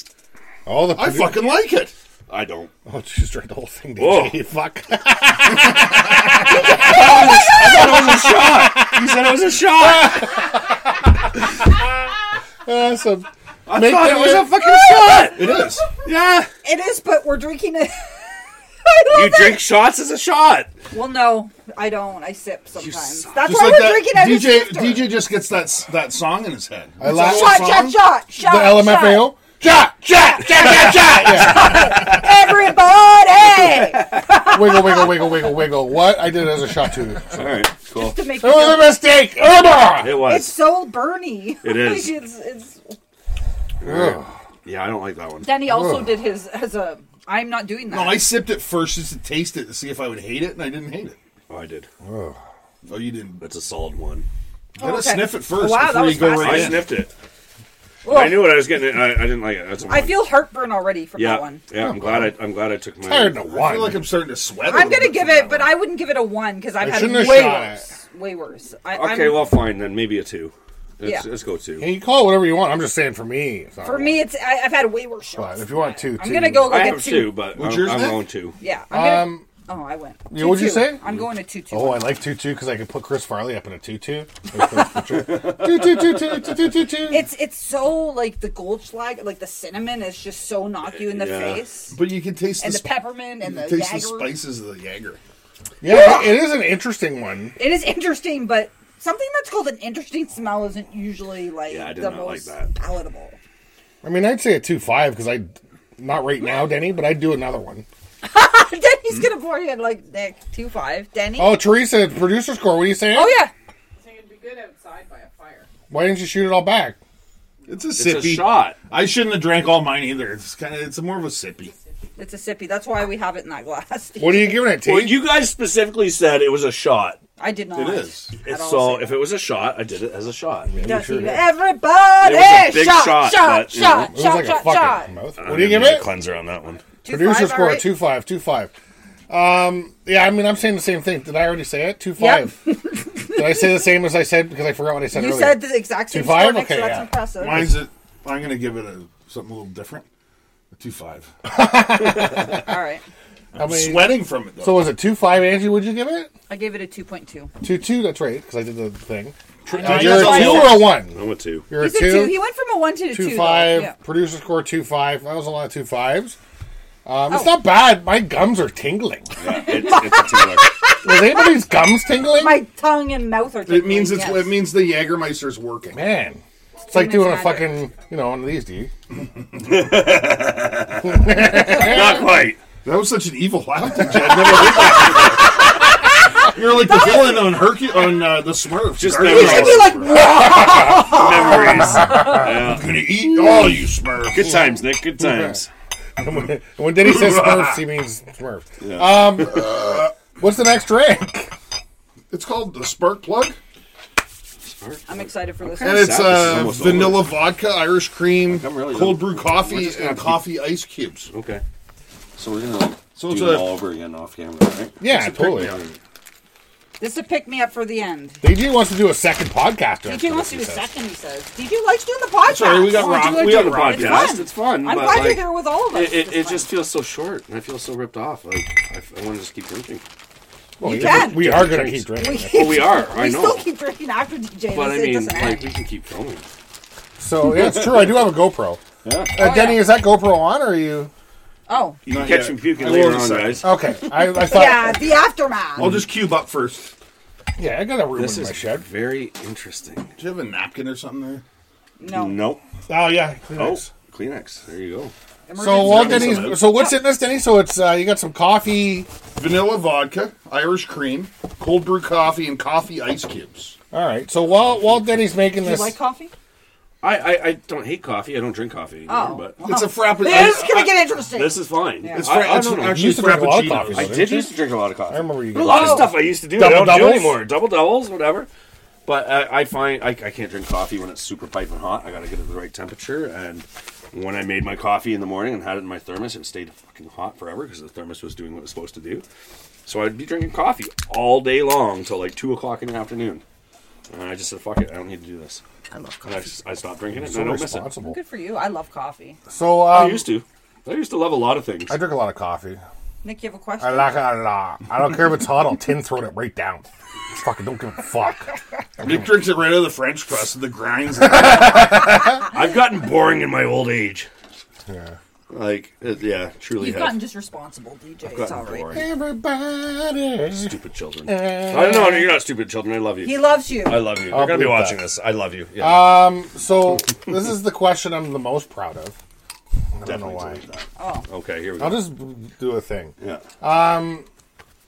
Oh, the
I fucking like it.
I don't.
Oh, just drank the whole thing,
Whoa.
DJ. You fuck.
He said it was a shot.
awesome.
I
Make
thought
that
it was a
with-
fucking shot.
It is.
Yeah.
It is, but we're drinking it.
You drink shots as a shot.
well, no, I don't. I sip sometimes.
suck.
That's
Just
why
like
we're
that.
drinking out of
DJ,
the schnifter.
DJ just gets that s- that song in his head.
I laugh.
Shot, shot, shot, shot.
The LMFAO? Shot, shot, shot, shot, shot. Yeah.
shot. Everybody.
wiggle, wiggle, wiggle, wiggle, wiggle. What? I did it as a shot, too.
All right. Cool.
to make
It
you feel
was a mistake. Ugh.
It was.
It's so Bernie.
It is.
Like, it's, it's...
yeah, I don't like that one.
Denny also did his as a. I'm not doing that.
Oh. No, I sipped it first just to taste it to see if I would hate it, and I didn't hate it.
Oh, I did.
Oh, you didn't.
That's a solid one.
Gotta
okay.
sniff it first
Wow, that
before
was
you go
I
right in.
sniffed it.
Ugh.
I knew what I was getting. I, I didn't like it. That's a
I
one.
feel heartburn already from
Yeah,
that one.
yeah. I'm glad. I, I'm glad I took my.
Tired no
I feel
one.
like I'm starting to sweat. a
I'm
little
gonna
bit
give
from that
it, but I wouldn't give it a one because I've had
shouldn't have
way
shot it.
worse. Way worse. I,
Okay,
I'm,
well, fine then. Maybe a two. Let's,
Yeah.
let's go two.
And you call it whatever you want. I'm just saying for me. it's not
for
right.
me, it's I, I've had way worse
But
shots.
if you want two,
I'm
two.
gonna go
I
like a
have
two.
two, but
What's
I'm,
yours,
I'm
Nick?
going two.
Yeah. I'm gonna,
Um,
oh, I went.
yeah, what'd you
Two-two.
say?
I'm going to two two.
Oh, I like tutu because I could put Chris Farley up in a tutu. Tutu, tutu, tutu, tutu.
It's it's so like the Goldschlag, like the cinnamon is just so knock you in the
Yeah.
face,
But you can taste
and
the,
the
sp-
peppermint and
you
the
can taste the
Jager.
spices of the Jager.
Yeah, it is an interesting one.
It is interesting, but something that's called an interesting smell isn't usually like
Yeah, I did
the
not like
most
that.
palatable.
I mean, I'd say a two five because I, not right now, Denny, but I'd do another one.
Denny's gonna pour you in like Nick two five. Denny.
Hmm? Oh, Teresa, producer score. What are you saying?
Oh, yeah.
Saying it'd be good outside by a fire.
Why didn't you shoot it all back?
It's a
It's
sippy.
a shot.
I shouldn't have drank all mine either. It's kind of it's more of a sippy.
It's a sippy. That's why we have it in that glass.
What are you giving it?
Well,
T?
you guys specifically said it was a shot.
I did not.
It is.
It's
all
so
say
if it was a shot, I did it as a shot.
Does
sure
he-
did.
Everybody
It was a big
shot,
shot,
shot,
but, you know,
shot,
It was
shot,
like
shot,
a fucking
shot.
mouth.
I'm
What do you
gonna
give
need a
it?
Cleanser on that one.
Two
Producer
five,
score
alright.
two five two five. Um, yeah, I mean, I'm saying the same thing. Did I already say it? Two five. Did I say the same as I said because I forgot what I said
You
earlier?
said the exact same
Two five?
score, Nick, so
Okay,
that's
yeah.
impressive.
Mine's a, I'm gonna give it a
something a little different. A two five.
All right.
I mean,
Sweating from it though.
so was it two five? Angie, would you give it
I gave it a 2.2.
two two? That's right, because I did the thing. Uh,
Now,
You're a
that's all I
two
know.
or a one.
I'm a two.
You're
He's a 2. He went from a 1 to a 2.
two,
though.
five.
Yeah.
Producer score two five. That was a lot of two fives. Um, It's
Oh.
not bad. My gums are tingling.
Yeah, it's, it's a two.
Was anybody's gums tingling?
My tongue and mouth are
It
tingling,
means it's
yes.
it means the Jägermeister's working.
Man, it's like doing a
much
fucking you know one of these, dude.
Not quite.
That was such an evil laugh. Did you? I've never heard that. You're like the villain on Hercu- on uh, the Smurfs.
Just
Guardians
never-
of the
Like,
Smurfs.
what?
Memories. Yeah.
gonna eat all you Smurfs.
Good times, Nick. Good times.
when, when Diddy says Smurfs, he means Smurf.
Yeah.
Um, what's the next drink?
It's called the Spark Plug,
I'm excited for this.
and it's
This is
uh,
almost over.
vanilla vodka, Irish cream,
I'm really-
cold brew coffee,
just gonna
and
keep-
coffee ice cubes.
Okay. So we're gonna like
So it's
do it
a-
all over again off camera, right?
Yeah, totally.
This is a pick me up for the end.
DJ wants to do a second podcast. after
DJ wants to do a
this, he says.
second, he says. DJ likes doing the podcast.
Sorry, we got
Oh,
rock.
do like
We
doing
got the
rock.
podcast.
It's
It's
fun.
fun.
I'm
but,
glad
like,
you're here with all of us.
It, it,
It's
it
fun.
just feels so short, and I feel so ripped off. Like I, I want to just keep drinking.
Well,
You
yeah,
can.
We are going to keep drinking.
Well, we are. I
we
know.
still keep drinking after DJ.
But I
this- it
mean,
doesn't
like
end.
we can keep going.
So yeah, it's true. I do have a GoPro.
Yeah.
Uh, Denny,
Oh, yeah.
is that GoPro on or are you?
oh,
You can catch
yet.
me puking
I
later
will
on,
decide.
guys.
Okay, I, I thought.
yeah,
Yeah,
the aftermath.
Oh,
I'll just cube up first.
I got a room
This
in my
is
shed.
very interesting.
Do you have a napkin or something there?
no.
Nope.
Oh yeah.
Oh, Kleenex. There you go.
So well,
Emergency room.
Denny's. So what's in this, Denny? So it's uh, you got some coffee.
Vanilla vodka, Irish cream, cold brew coffee, and coffee ice cubes.
All right. So while while Denny's making
Do you
this,
like coffee?
I, I, I don't hate coffee. I don't drink coffee
Oh.
anymore, but
It's a frappe.
This is gonna get interesting.
this is fine.
Yeah.
It's,
I,
fra-
I
it's
don't know.
actually
used to drink a lot of
frappuccinos.
coffee,
I
though,
did
didn't
used to drink a lot of coffee.
I remember you
a lot
guys-
of stuff I used to do. I
Double
don't do
doubles?
anymore. Double doubles, whatever. But uh, I find I, I can't drink coffee when it's super piping hot. I got to get it at the right temperature. And when I made my coffee in the morning and had it in my thermos, it stayed fucking hot forever because the thermos was doing what it was supposed to do. So I'd be drinking coffee all day long till like two o'clock in the afternoon. And I just said, "Fuck it, I don't need to do this." I love coffee. And I, just, I stopped drinking it,
So
and I don't miss it.
responsible.
Good for you. I love coffee.
So
Oh,
um,
I used to. I used to love a lot of things.
I drink a lot of coffee.
Nick, you have a question?
I like it a lot. I don't care if it's hot. I'll tin throat it right down. Fucking don't give a fuck.
Nick drinks it right out of the French press and the grinds.
I've gotten boring in my old age.
Yeah.
Like, it, yeah, truly
You've
have.
gotten just responsible, DJ. It's
gotten
all right.
boring.
Everybody.
Stupid children. I don't know. You're not stupid children. I love you.
He loves you.
I love you. You're gonna be
believe
watching
that.
this. I love you. Yeah.
So this is the question I'm the most proud of. I don't know
Definitely
why.
believe that.
oh,
Okay, here we
I'll
go.
just do a thing. Um,
Yeah.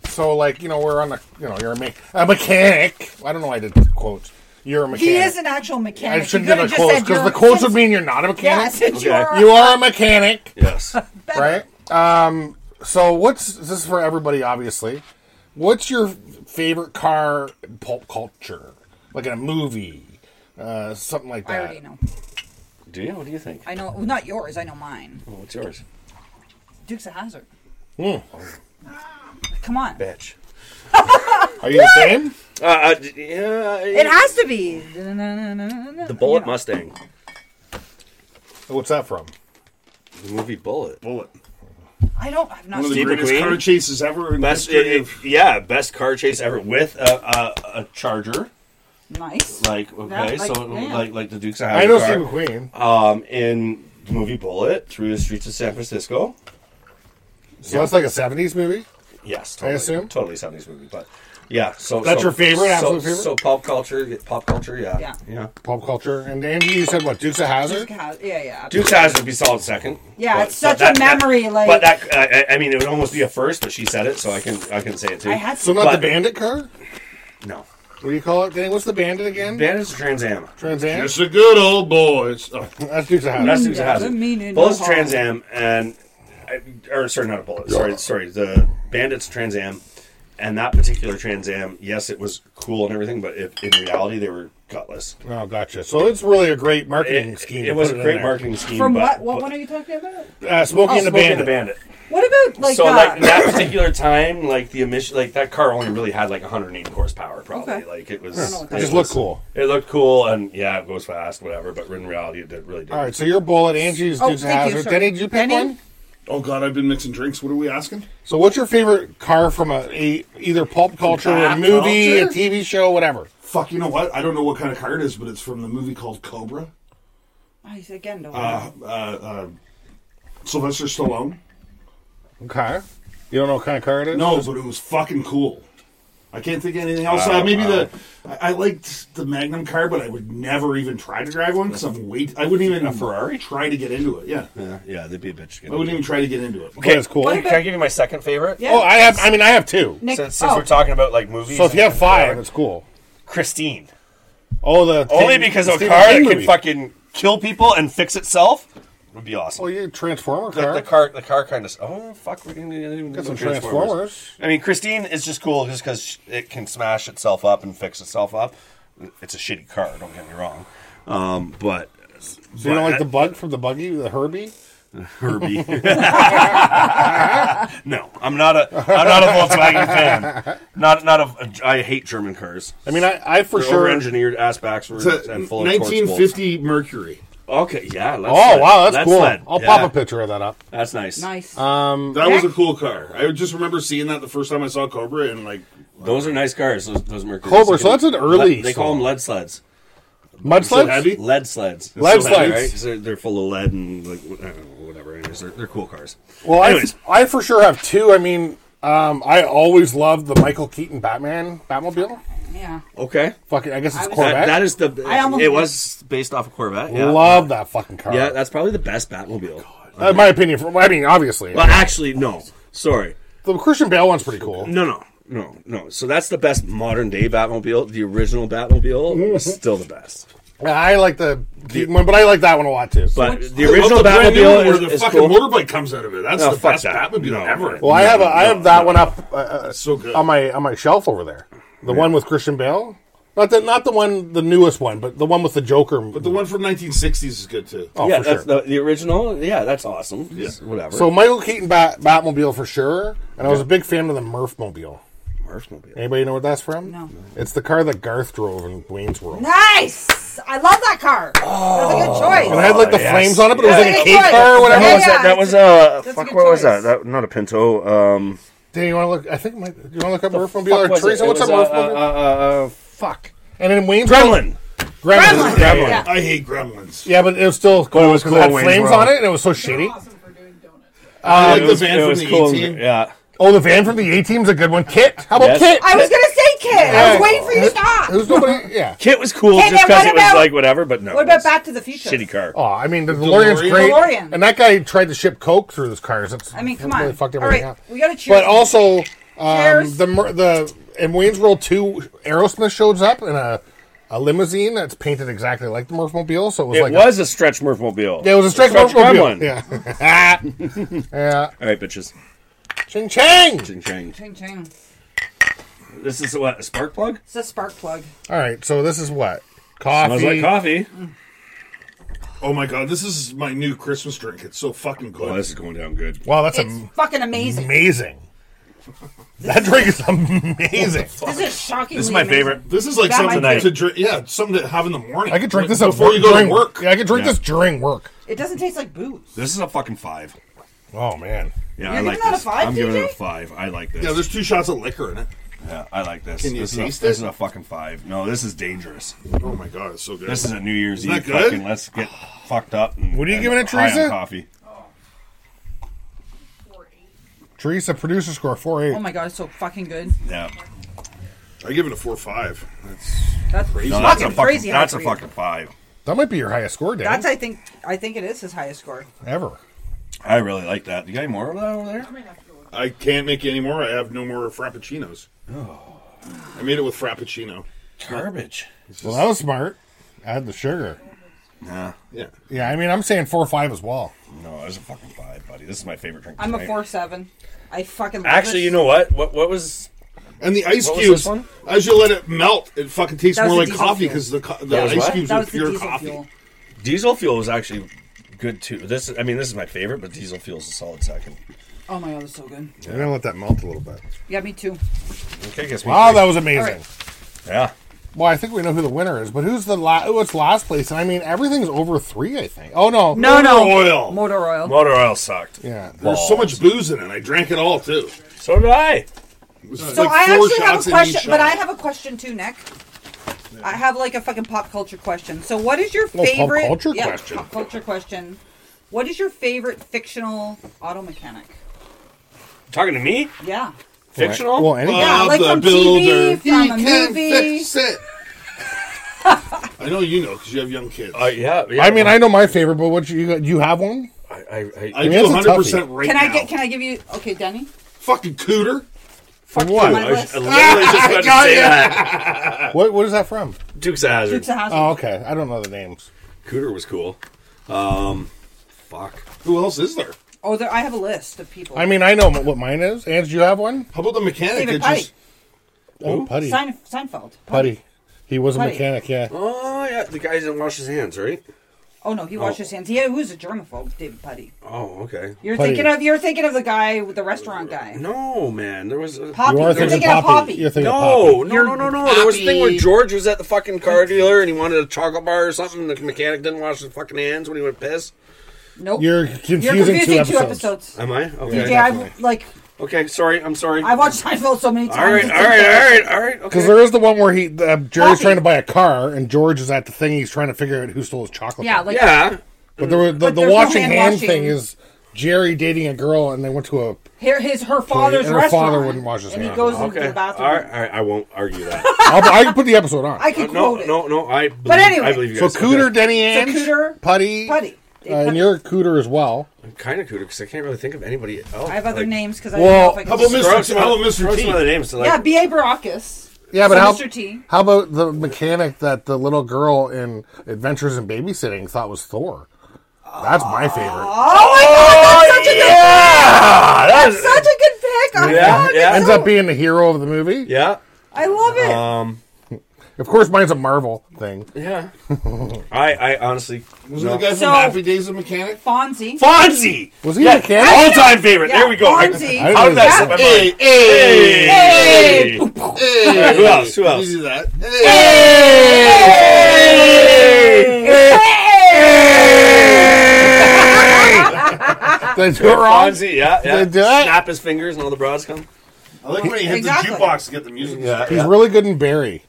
So like you know we're on a you know you're a, me- a mechanic. I don't know why I did quotes. You're a mechanic.
he is an actual mechanic.
I shouldn't
You
have
could've
a
just
quotes
said
because
you're-
the quotes would
since-
mean you're not a mechanic.
Yeah, since
Okay.
You are a mechanic,
yes.
better.
right? Um. So what's this is for everybody? Obviously, what's your favorite car in pulp culture? Like in a movie, uh, something like
I
that.
already know.
Do you? What do you think?
I know. Well, not yours. I know mine.
Oh, what's yours? Hmm.
Dukes of Hazard. Come on.
Bitch.
Are you the same?
Uh, uh, d- yeah.
It has to be. The
the Bullet Mustang.
What's that from?
The movie Bullet.
Bullet.
I don't. I've not
One of
seen.
the
Steve
greatest
McQueen?
car chases ever in the
Best.
history
It, it,
of
yeah. Best car chase ever with a, a, a Charger.
Nice.
Like okay,
Yeah, like,
so
yeah.
like like the Dukes of
I know
Hazzard
Steve
car.
McQueen.
Um, in the movie Bullet, through the streets of San Francisco.
So that's like a '70s movie.
Yes, totally,
assume?
totally seventies movie, but yeah. So
That's
so-
your favorite,
so-
absolute favorite?
So pop culture, pop culture, yeah,
Yeah.
Pulp culture. And Andy, you said what? Dukes of
Dukes
Hazard.
of Hazzard. Yeah, yeah.
Duke's Eyes would be solid second.
Yeah,
but-
it's
but
such a memory, like-
but that I, I- I mean, it would almost be a first, but she said it, so I can I can say it too.
I had
So
some.
not
But-
the Bandit car.
no.
What do you call it? Danny? What's the Bandit again?
That is Trans Am.
Trans Am.
It's the good old boys. Oh,
That's Dukes of Hazzard.
That's Dukes of
Yeah,
Hazzard.
doesn't mean it,
Bullet's
no
Trans Am and I- or sorry, not a bullet. Sorry, sorry. The Bandits Trans Am and that particular Trans Am. Yes, it was cool and everything, but if, in reality, they were gutless.
Oh, gotcha. So it's really a great marketing
It,
scheme.
it
to
was
put
a
in
great
there.
marketing scheme.
From what?
but-
What
but-
one are you talking about?
Uh, Smoking the
Oh, Smokey
Bandit.
and the Bandit.
What about like
so
uh,
like that particular time, like the emission, like that car only really had like 180 horsepower, probably.
Okay.
Like it was,
I don't know what that
it
Just
is.
look
was-
cool.
It looked cool, and yeah, it goes fast, whatever. But in reality, it did, really did.
All right, so your bullet, Angie's
Oh,
Dukes of
thank you,
Hazard.
sorry.
Denny, did you pick
Denny?
one?
Oh God, I've been mixing drinks. What are we asking?
So, what's your favorite car from a, a either pulp culture, a
Pop
movie,
culture?
a TV show, whatever?
Fuck, you know what? I don't know what kind of car it is, but it's from the movie called Cobra.
I said, again don't.
Uh,
Sylvester Stallone.
Okay. You don't know what kind of car it is?
No, but it was fucking cool. I can't think of anything else. Uh, maybe the I, I liked the Magnum car, but I would never even try to drive one because I'm wait. I wouldn't even a Ferrari try to get into it. Yeah,
Yeah, yeah, they'd be a bitch.
I wouldn't even try to get into it.
Okay, it's cool.
What
Can I give you my second favorite?
yeah.
Oh, I have. I mean, I have two.
Nick,
Since, since
oh,
we're talking about like movies,
So if you
and-
have five,
and-
it's cool.
Christine.
Oh, the
Only
King-
because of a
Stephen
car
King
that can
movie.
fucking kill people and fix itself would be awesome.
Oh, you transformer
Like
car.
the car, the car kind of. Oh fuck, we're gonna even
Got some
Transformers.
Transformers.
I mean, Christine is just cool just because it can smash itself up and fix itself up. It's a shitty car. Don't get me wrong, um, but
So you don't like the bug from the buggy, the Herbie?
Herbie. no, I'm not a I'm not a Volkswagen fan. Not not a. I hate German cars.
I mean, I, I for
They're
sure.
over-engineered ass backwards
It's a
and full of torch bolts.
1950 Mercury.
Okay, yeah. Let's
Oh
let-
wow, that's
let's
cool.
let-
I'll
yeah,
pop a picture of that up.
That's nice.
nice.
Uh,
That was a cool car. I just remember seeing that the first time I saw Cobra, and like
Those are nice cars. Those, those Mercury.
Cobra, so that's an early
They call them lead sleds.
so
Mudslides.
heavy.
Lead sleds.
Lead
So heavy,
sleds.
right? 'Cause They're, they're full of lead and like I don't know, whatever. Anyways, they're, they're cool cars.
Well, I,
anyways,
I for sure have two. I mean, um, I always loved the Michael Keaton Batman Batmobile.
yeah.
okay.
Fucking, I guess it's
I was-
That,
Corvette.
that is the.
I almost-
it was based off a Corvette. Yeah.
Love that fucking car.
Yeah, that's probably the best Batmobile.
Uh, my opinion. For, I mean, obviously,
Well, actually, no. Sorry.
the Christian Bale one's pretty cool.
No, no, no, no. So that's the best modern day Batmobile. The original Batmobile is still the best.
I like the Keaton one, but I like that one a lot too.
But the
I love
original
the brand new one
Batmobile
where
is,
the
is
fucking
cool.
motorbike comes out of it. That's
No,
the
fuck
best
that.
Batmobile
No. um,
ever.
well, I have a, I
no,
have that one up uh, uh,
so good.
on my on my shelf over there. The one with Christian Bale. Not the not the one the newest one, but the one with the Joker. But
the one from 1960s is good too.
oh,
yeah,
for
that's
sure.
the, the original. Yeah, that's awesome. Just Whatever.
So Michael Keaton Bat, Batmobile for sure, and I was a big fan of the Murphmobile.
Murphmobile.
Anybody know what that's from?
No.
It's the car that Garth drove in Wayne's World.
Nice. I love that car.
Oh.
That's a good
And
choice.
I had like the
yes.
flames on it, but it was
Yeah,
like a
yeah,
cake car
yeah.
or whatever.
Yeah,
What was that? That was uh,
That's a
fuck.
good
What was that?
choice.
that? Not a Pinto. Um,
Dan, you want to look? I think my, do you want to look up
fuck
Murphmobile or
was it?
Teresa?
It
What's up
was, uh,
Murphmobile?
uh, uh, uh, fuck.
and in Wayne's World,
Gremlin.
Gremlin.
Gremlin. Yeah.
I hate Gremlins.
Um,
Yeah, but it was still cool
was
'cause it had
cool, Wayne's
flames
World.
on it, and it was so shitty.
Awesome for doing donuts.
I
uh, It
like the
was-
van
it
from
was
the
cool.
18.
Yeah.
Oh, the van from the A Team's a good one. Kit, how about
Yes.
Kit?
I was gonna say Kid. I was waiting for you to stop.
Who's nobody? Yeah.
Kit was cool
Hey, man,
just because
what
it was
about-
like whatever, but no.
What
it
about
was
Back to the Future?
shitty car?
Oh, I mean, the DeLorean's
DeLorean?
great.
DeLorean.
And that guy tried to ship coke through his cars. That's,
I mean, come
really
on.
fucked
All
everything
right,
up.
we gotta cheers.
But also, um,
Cheers.
the mer- the in Wayne's World two, Aerosmith shows up in a, a limousine that's painted exactly like the Murphmobile. So it was
It
like
was a stretch Murphmobile.
A, yeah, it was a straight
Stretch
Murphmobile.
Gremlin.
Yeah. yeah.
All right, bitches.
Ching chang.
Ching chang.
Ching ching.
This is what a spark plug.
It's a spark plug.
All right. So this is what coffee.
Smells like coffee.
Oh my god, this is my new Christmas drink. It's so fucking good.
Oh, this is going down good.
Wow, that's
It's
am-
fucking amazing.
amazing. That drink is amazing.
This is shocking.
This is my favorite.
This is like
That
something
might be-
to drink. Yeah, something to have in the morning.
I could drink this at
before
work
you go
during
to work.
Yeah, I could drink
Yeah.
this during work.
It doesn't taste like booze.
This is a fucking five.
Oh man.
Yeah, I
You're
like
giving that a
this.
five,
I'm giving
TJ?
it a five. I like this.
Yeah, there's two shots of liquor in it.
Yeah, I like this.
Can you
this is
taste
a, This
it?
is a fucking five. No, this is dangerous.
Oh my god, it's so good.
This is a New Year's
Isn't
Eve
that good?
fucking. Let's get fucked up. And,
What are you
and
giving it,
high on
Teresa?
Coffee.
Teresa, producer score four eight.
Oh my god, it's so fucking good.
Yeah.
I give it a four five. That's
That's crazy.
No, that's
fucking
a fucking.
crazy. high
that's a
for you.
fucking five.
that might be your highest score, Dan.
That's I think I think it is his highest score.
ever.
I really like that. You got any more of that over there?
I can't make any more. I have no more frappuccinos.
Oh.
I made it with frappuccino.
Garbage.
Well, that was smart. Add the sugar.
Nah.
Yeah.
Yeah, I mean, I'm saying four five as well.
No, it's a fucking five, buddy. This is my favorite drink.
I'm a
tonight.
four seven. I fucking love
Actually,
this.
you know what? What what was
And the ice
What was
cubes,
this one?
as you let it melt, it fucking tastes
That was
more like
the diesel
coffee
fuel.
because the, co- the
That was
ice
what?
cubes
that
are
was the
pure
diesel
coffee.
fuel.
diesel fuel is actually good too. This I mean this is my favorite, but diesel fuel is a solid second.
Oh my god, that's so good.
I'm gonna let that melt a little bit.
Yeah, me too.
Okay, guess we.
Wow, Oh, that was amazing.
yeah.
Well, I think we know who the winner is, but who's the la- what's last place? And I mean, everything's over three. I think. Oh no,
No, no.
oil.
Motor oil.
Motor oil sucked.
Yeah,
There's so much booze in it. I drank it all too.
So did I.
So I actually have a question, but I have a question too, Nick. I have like a fucking pop culture question. So, what is your
pop
favorite
culture
yeah,
question.
Pop culture question. What is your favorite fictional auto mechanic?
Talking to me?
Yeah.
Fictional?
Well, any-
Yeah, like
the
from
builder.
TV, from a movie.
it. I know you know because you have young kids.
Uh, yeah, yeah.
I mean, I know my favorite, but what you got? You have one?
I, I, I,
I
mean,
do
it's a
100 percent right
Can
now.
I get? Can I give you? Okay, Denny.
Fucking cooter.
Fuck
what?
you,
I
my
was-
list.
I literally just about
Oh,
to say that.
What? What is that from?
Duke's of Hazard.
Dukes of Hazzard.
Oh, okay. I don't know the names.
Cooter was cool. Um, fuck.
Who else is there?
Oh, there. I have a list of people.
I mean, I know what mine is. Ange, do you have one?
How about the mechanic?
David
that just-
Oh, Putty.
Sein- Seinfeld.
Putty. He was a
Putty.
mechanic. Yeah.
Oh yeah, the guy didn't wash his hands, right?
Oh no, he washed his hands. Yeah, who's a germaphobe? David Putty.
Oh okay.
You're
Putty.
thinking of. You're thinking of the guy with the restaurant guy.
No man, there was a
Poppy.
You
You're
are
thinking,
thinking
of Poppy.
You're thinking
No,
Poppy.
no, no, no, no. There was a thing where George was at the fucking car dealer and he wanted a chocolate bar or something. The mechanic didn't wash his fucking hands when he went piss.
nope.
You're confusing,
You're confusing
two episodes.
Am I? Okay.
DJ, I like.
Okay. Sorry. I'm sorry.
I watched Seinfeld so many times.
All right. All
it's
right. All right. All right. Okay.
Because there is the one where he uh, Jerry's
Poppy.
trying to buy a car and George is at the thing he's trying to figure out who stole his chocolate.
Yeah,
bar.
like
yeah.
but there were, the,
But
the
there's no
washing hand
hand-washing.
thing is Jerry dating a girl and they went to a
her, his her father's
and her
restaurant.
father wouldn't wash his
and he
hands.
goes into
Okay.
the
All
bathroom.
right. all right, I won't argue that.
I'll, I can put the episode on.
I can
no.
quote it.
No. No. I. Believe,
anyway.
I believe you
so
guys.
Cooter,
Okay.
Denny, Ange,
Cooter,
Putty,
Putty.
uh, and you're Cooter as well.
I'm kind of Cooter because I can't really think of anybody else.
I have other
Like,
names because I
Well,
don't know
How
if I can.
about Mr.
Throw some
How
other
about Mr. T?
Throw some other names. To like,
Yeah, B.A. Baracus.
Yeah, but
So
how,
Mr. T.
how about the mechanic that the little girl in Adventures in Babysitting thought was Thor? That's my favorite.
Oh, yeah. That was-
Such a good pick. I
Yeah,
love it.
yeah.
Ends up being the hero of the movie.
yeah.
I love it.
Uh,
Of course, mine's a Marvel thing.
Yeah. I. I honestly.
Was it the guy from
So-
Happy Days of Mechanic?
Fonzie.
Fonzie.
Was he a mechanic?
All time favorite.
Yeah,
There we go. I-
Fonzie.
I-
How did that
Yeah.
slip my mind?
Hey, hey,
Hey!
hey.
Who else? Who else?
Easy that. Hey.
Did I do it wrong?
Fonzie, yeah, yeah.
They do it.
Snap his fingers and all the bras come.
I like when he hit
Exactly.
the jukebox to get the music. Yeah.
He's really good in Barry.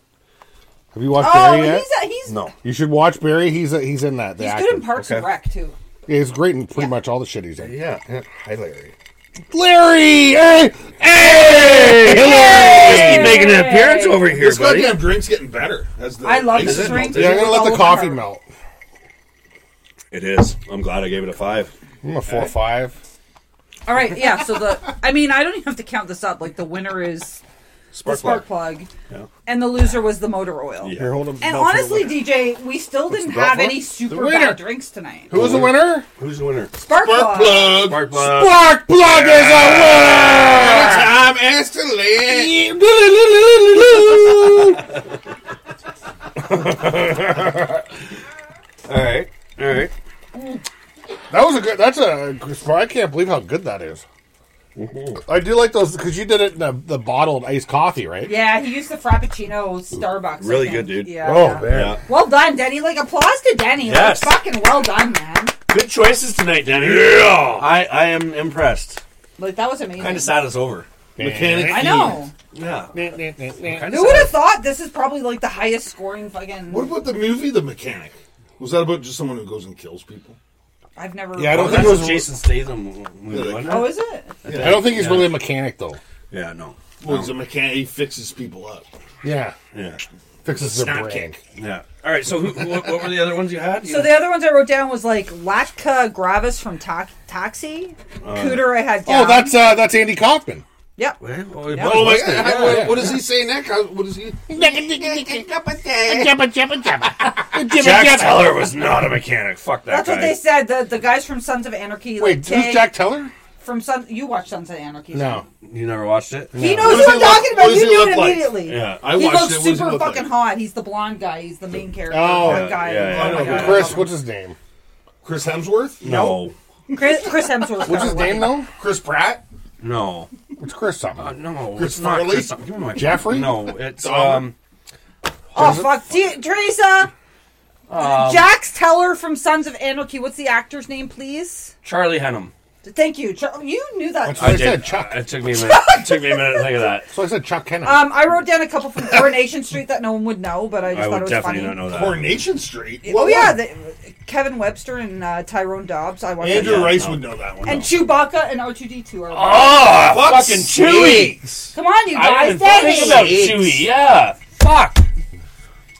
Have you watched
Oh,
Barry yet?
he's a, he's
No.
you should watch Barry. He's a, he's in that. The
he's
actor.
good in Parks and
Okay.
Rec too.
Yeah, he's great in pretty much all the shit he's in.
Yeah, yeah. Hi, Larry.
Larry, hey,
Hey, making an appearance over here,
This
buddy.
goddamn drink's getting better. As the
I love
ice
this
is
drink.
melting.
Yeah, I'm gonna let
All
the
over
coffee
her.
melt.
It is. I'm glad I gave it a five.
I'm a four five.
All right, yeah. So the I mean I don't even have to count this up. Like the winner is the
Spark
spark
plug.
plug, and the loser was the motor oil.
Yeah.
Here, hold on.
And honestly, DJ, we still didn't
belt
have
for?
any super
winner.
bad drinks tonight.
who's the winner?
Who's the winner?
Spark plug.
Plug.
Spark
uh,
plug.
Spark plug is a winner.
Time as to land.
All right. All right.
That was a good. That's a. I can't believe how good that is. I do like those because you did it in the, the bottled iced coffee, right?
Yeah, he used the Frappuccino Starbucks. I
Really
think.
good, dude.
Yeah.
Oh
yeah.
man.
Yeah.
Well done, Denny. Like applause to Denny.
Yes.
Like, fucking well done, man.
Good choices tonight, Danny. Yeah. I, I am impressed.
Like that was amazing.
Kind of sad it's over.
Mechanic.
I know.
Yeah.
Who would have thought this is probably like the highest scoring fucking?
What about the movie The Mechanic? Was that about just someone who goes and kills people?
I've never.
Yeah, I don't
That's
think it
was
was.
Jason Statham. movie, wasn't it?
Oh, is it?
I don't think he's really a mechanic though.
Yeah. No.
Well, he's a mechanic. He fixes people up.
Yeah,
Yeah.
fixes their brain.
Yeah. All right. So who, what, what were the other ones you had?
So the other ones I wrote down was like Latka Gravis from Ta- Taxi,
Uh,
Cooter I had down.
Oh, that's uh, that's Andy Kaufman.
yep.
Well, well, it
Yeah.
was,
Oh,
wasn't it?
What- What does he say next? How- What does he?
Jack Teller was not a mechanic. Fuck that
That's
guy.
what they said. The the guys from Sons of Anarchy.
Wait,
like,
who's
Tag-
Jack Teller?
From Sons. You watch Sons of Anarchy?
No,
You never watched it?
He knows who
What does
I'm
he look-
talking about.
what does
You
he
knew
look
it
like?
immedially.
Yeah.
I
he looks
watched it. What does he
super
look like?
fucking hot. He's the blonde guy. He's the main character.
Oh.
the
Yeah,
hot guy.
yeah,
Oh my
yeah.
God.
Chris. What's his name?
Chris Hemsworth.
No.
Chris, Chris Hemsworth.
What's his name though?
Chris Pratt.
No.
It's Chris something.
Uh, no.
Chris
it's not
Farley?
Chris- Give me my
Jeffrey?
No, it's um.
Oh fuck, D- Teresa.
Um,
Jax Teller from Sons of Anarchy. What's the actor's name, please?
Charlie Hunnam.
Thank you. Char- You knew that.
That's what I, said, Chuck.
It took me a minute. it took me a minute to think of that.
So I said Chuck Henry.
Um, I wrote down a couple from Coronation Street that no one would know, but I just
I
thought
would
it was
definitely
funny.
not
Uh,
know that.
Coronation Street.
oh
What
yeah,
one?
the, Kevin Webster and uh, Tyrone Dobbs. I watched
Andrew
that.
Rice would know that one.
and
though.
Chewbacca and R two D two are.
Oh,
Fuck's
fucking
sake.
Chewy!
Come on, you
I
guys.
didn't think about
That,
Chewy. Yeah. Fuck.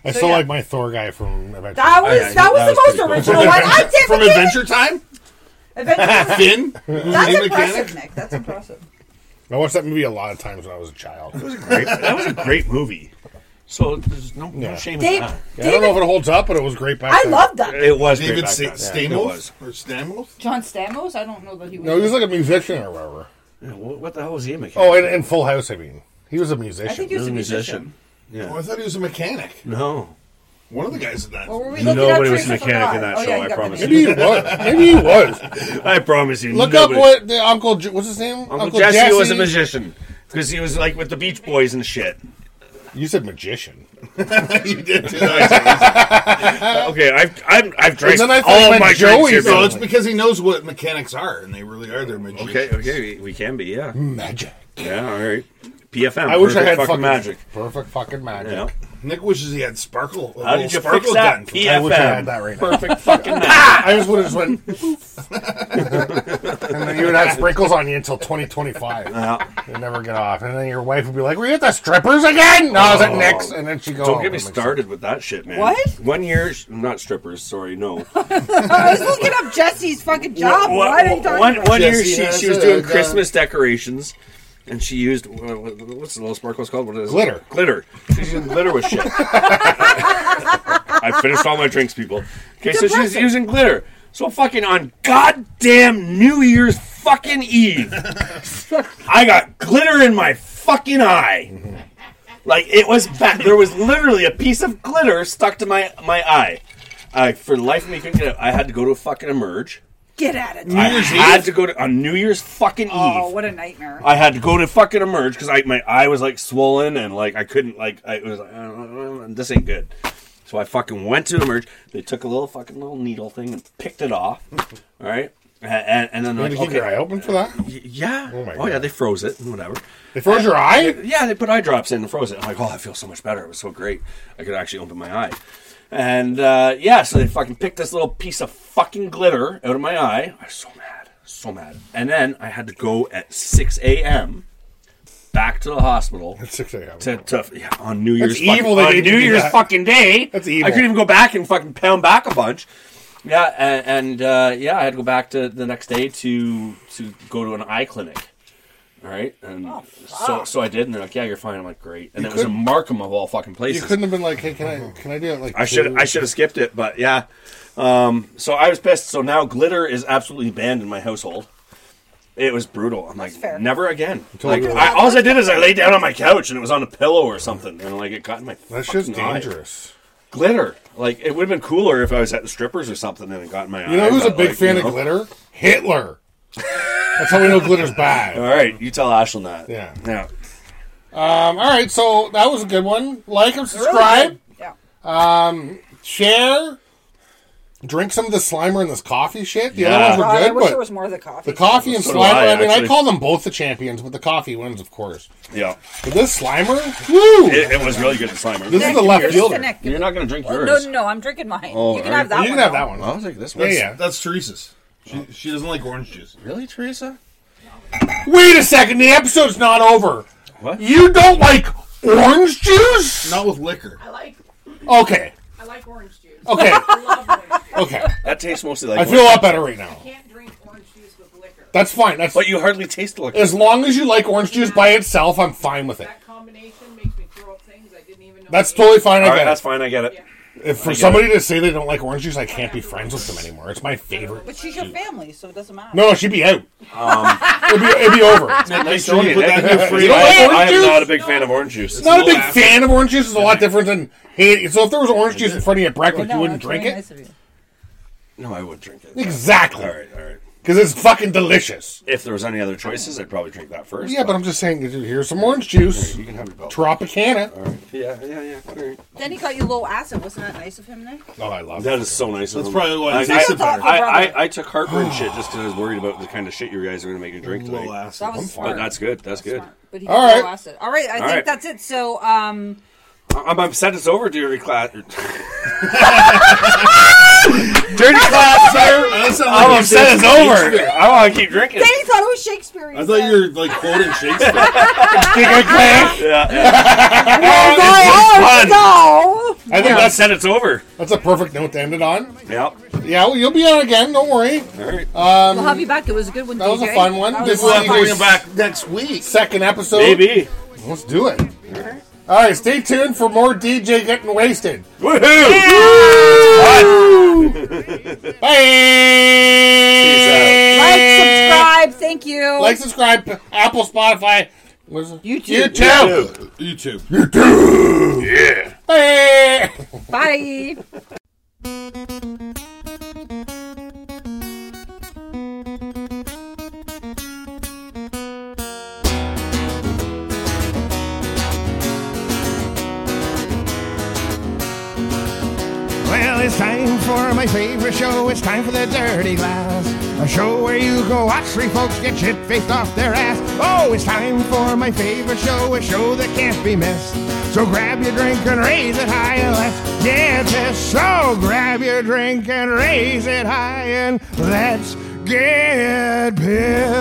I still
yeah.
like my Thor guy from Avengers.
that was
Oh, yeah,
that was
that was
the
pretty cool.
most original one. I did
From Adventure Time?
Adventure.
Finn?
That's
Name
impressive,
mechanic?
Nick. That's impressive.
I watched that movie a lot of times when I was a child. I
Great- That was a great movie. So there's no, no
Yeah.
shame in
Dave,
that.
don't know if
David,
it holds up, but it was great back
I
then.
love that.
It was great
David
back
Sta-
then.
Stamos?
Yeah, it was.
Or Stamos?
John Stamos. I don't know that he was.
No, he was like a musician or whatever.
Yeah, wh- what the hell was he making?
Oh, and, and Full House, I mean. He was a musician.
I think he was a musician.
Yeah.
Oh, I thought he was a mechanic.
No.
One of the guys in that.
What were we looking at?
Nobody was a
Teresa
mechanic in
forgot.
that
Oh,
show,
yeah, you
I
got
promise
the
you.
Maybe he was. Maybe he was.
I promise you.
Look
nobody-
up what the Uncle, Ju- what's his name?
Uncle, Jesse, was a magician. Because he was like with the Beach Boys and shit.
You said magician.
you did too. so
Okay, I've I'm, I've drank
then I thought you
all
meant
my
Joey,
drinks here,
so
man.
it's because he knows what mechanics are, and they really are their magicians.
Okay, okay, we, we can be, yeah,
Oh, Magic.
yeah, all right. PFM.
Hmm. I wish I
perfect
had
fucking,
fucking
magic.
Perfect fucking magic.
Yeah.
Nick wishes he had sparkle. a
How
little
did you
sparkle
fix that?
gun.
I wish I had
PFM.
that right now.
Perfect fucking magic.
I just would have just went, and then you would have sprinkles on you until 2025. You'd never get off. And then your wife would be like, were you at the strippers again? No, I was at Nick's. And then she'd go,
Oh. Don't
"Oh,
get me
that makes
started with that shit, man.
What?
One year, not strippers. Sorry, no.
I was looking up Jesse's fucking job.
One-
Why are you talking
one,
about
one
Yes,
year
he
she,
has
she was
a-
doing
uh,
Christmas decorations, and she used wha- wha- what's the little sparkles called? What is it?
Glitter.
Glitter. She's using glitter with shit. I finished all my drinks, people. Okay, so she's
Depressing.
using glitter. So fucking on goddamn New Year's fucking Eve, I got glitter in my fucking eye. Like it was bad. There was literally a piece of glitter stuck to my my eye. I for the life of me couldn't get it. I had to go to a fucking emerge.
Get at it.
I had to go to on New Year's fucking
Oh,
Eve.
what a nightmare.
I had to go to fucking emerge because I my eye was like swollen and like I couldn't like I it was like "Uh, uh, uh, this ain't good. So I fucking went to emerge. They took a little fucking little needle thing and picked it off. All right, and, and, and then
sense." You had
like,
to keep your eye
okay,
open for that?
y- yeah, oh,
my
yeah,
God.
they froze it and whatever.
They froze your eye?
Yeah, they put eye drops in and froze it. I'm like, oh, I feel so much better. It was so great. I could actually open my eye. And uh, yeah, so they fucking picked this little piece of fucking glitter out of my eye. I was so mad, so mad. And then I had to go at 6 a.m. back to the hospital.
At 6 a.m.
To, to, yeah, on New Year's
evil
fucking,
they
on
made you
New
do
Year's
that.
fucking day.
That's evil.
I couldn't even go back and fucking pound back a bunch. Yeah, and, and uh, yeah, I had to go back to the next day to to go to an eye clinic. All right, and so so I did, and they're like, "Yeah, you're fine." I'm like, "Great," and it was a
couldn't-
Markham of all fucking
You
places.
couldn't have been like, hey, can
Uh-huh.
I can I do it? Like
I should I should have skipped it, but yeah. Um, so I was pissed. So now glitter is absolutely banned in my household. It was brutal. I'm like,
fair.
never again. Like, I, all I did is I laid down on my couch and it was on a pillow or something, and like it got in my.
That's just
fucking eye.
dangerous.
Glitter. Like it would have been cooler if I was at the strippers or something and it got in my eye.
You know who's a
but,
big
like,
fan
you know.
of glitter? Hitler. That's how we know glitter's bad.
All right, you tell Ashlyn that.
Yeah.
Yeah.
Um, all right, so that was a good one. Like and
Really good.
subscribe,
Yeah.
share, drink some of the Slimer and this coffee shit. The
Yeah.
other
God, I
ones were
wish
good,
there
but
was more of the coffee.
the coffee and
So do
Slimer.
I,
I, mean, I
actually.
call them both the champions, but the coffee wins, of course.
Yeah.
But this Slimer, woo!
It, it was really good at Slimer.
this is the
Nick,
left
yours is
fielder.
the Nick.
You're not gonna drink
Oh,
yours.
No, no, no. I'm drinking mine.
Oh,
you can
all
have
right.
that
you can
one.
have
though.
that one.
I'll take this one.
Yeah, yeah.
That's Teresa's. She, she doesn't like orange juice.
Really, Teresa?
Wait a second, the episode's not over.
What?
You don't like orange juice?
Not with liquor.
I like
Okay,
I like orange juice.
okay,
I love orange juice.
okay.
That tastes mostly like.
I feel a lot better right now.
Can't drink orange juice with liquor.
That's fine. That's
But you hardly taste the liquor.
as long as you like orange juice by itself, I'm fine with it.
That combination makes me throw up things I didn't even know.
That's
I
totally fine. I
All right,
get
that's
it.
fine. I get it.
ate. Yeah.
If for somebody to say they don't like orange juice, I can't be friends with them anymore. It's my
But
favorite.
she's your family, so it doesn't matter.
No, she'd be out.
Um,
it'd, be, it'd be over.
Make sure you put that in your
I,
orange
fridge.
I am
juice?
not a big fan of orange juice.
Not a big fan of orange juice. It's a lot different than hate. it. So if there was orange juice in front of you at breakfast,
No,
you wouldn't
that's
drink
very
it.
nice of you.
No, I would drink it.
Exactly.
All right, all right.
because it's fucking delicious.
If there was any other choices, I'd probably drink that first.
Yeah, but I'm just saying, here's some orange juice.
you can have your belt.
Tropicana.
Yeah, yeah, yeah. all right.
Then he got you low acid. Wasn't that nice of him, Nick?
Oh, I love
That is so nice. of
That's
him.
probably why
I,
it tasted
I,
better.
I, I, I took heartburn shit just because I was worried about the kind of shit you guys are going to make me drink tonight.
Low acid.
That was smart.
But that's good. That's good.
Smart. But he
All
got low
right.
acid. All right, I think
right.
that's it. So, um,
I- I'm upset it's over, dirty class. dirty class, sir.
That sounded like
I'm
you
upset
said
it's
Shakespeare.
over. I want to keep drinking.
then he thought it was Shakespeare.
I thought you were like quoting Shakespeare.
Oh, no.
I think
I'm
that's
upset it's over.
that's a perfect note to end it on.
Yep.
Yeah, well, you'll be on again. Don't worry.
All right.
we'll have you back. It was a good one.
Um, That was a
DJ.
fun one.
That
This
was a lot
is
of fun.
either
Bring it back next week.
second episode.
Maybe.
Let's do it. All right, stay tuned for more DJ getting wasted.
Woohoo!
Bye.
Like, subscribe. Thank you.
Like, subscribe, Apple, Spotify, what is it?
YouTube.
YouTube.
YouTube.
Bye.
Bye.
Well, it's time for my favorite show. It's time for the Dirty Glass, a show where you go watch three folks get shit faced off their ass. Oh, it's time for my favorite show, a show that can't be missed. So grab your drink and raise it high and let's get this. So grab your drink and raise it high and let's get pissed.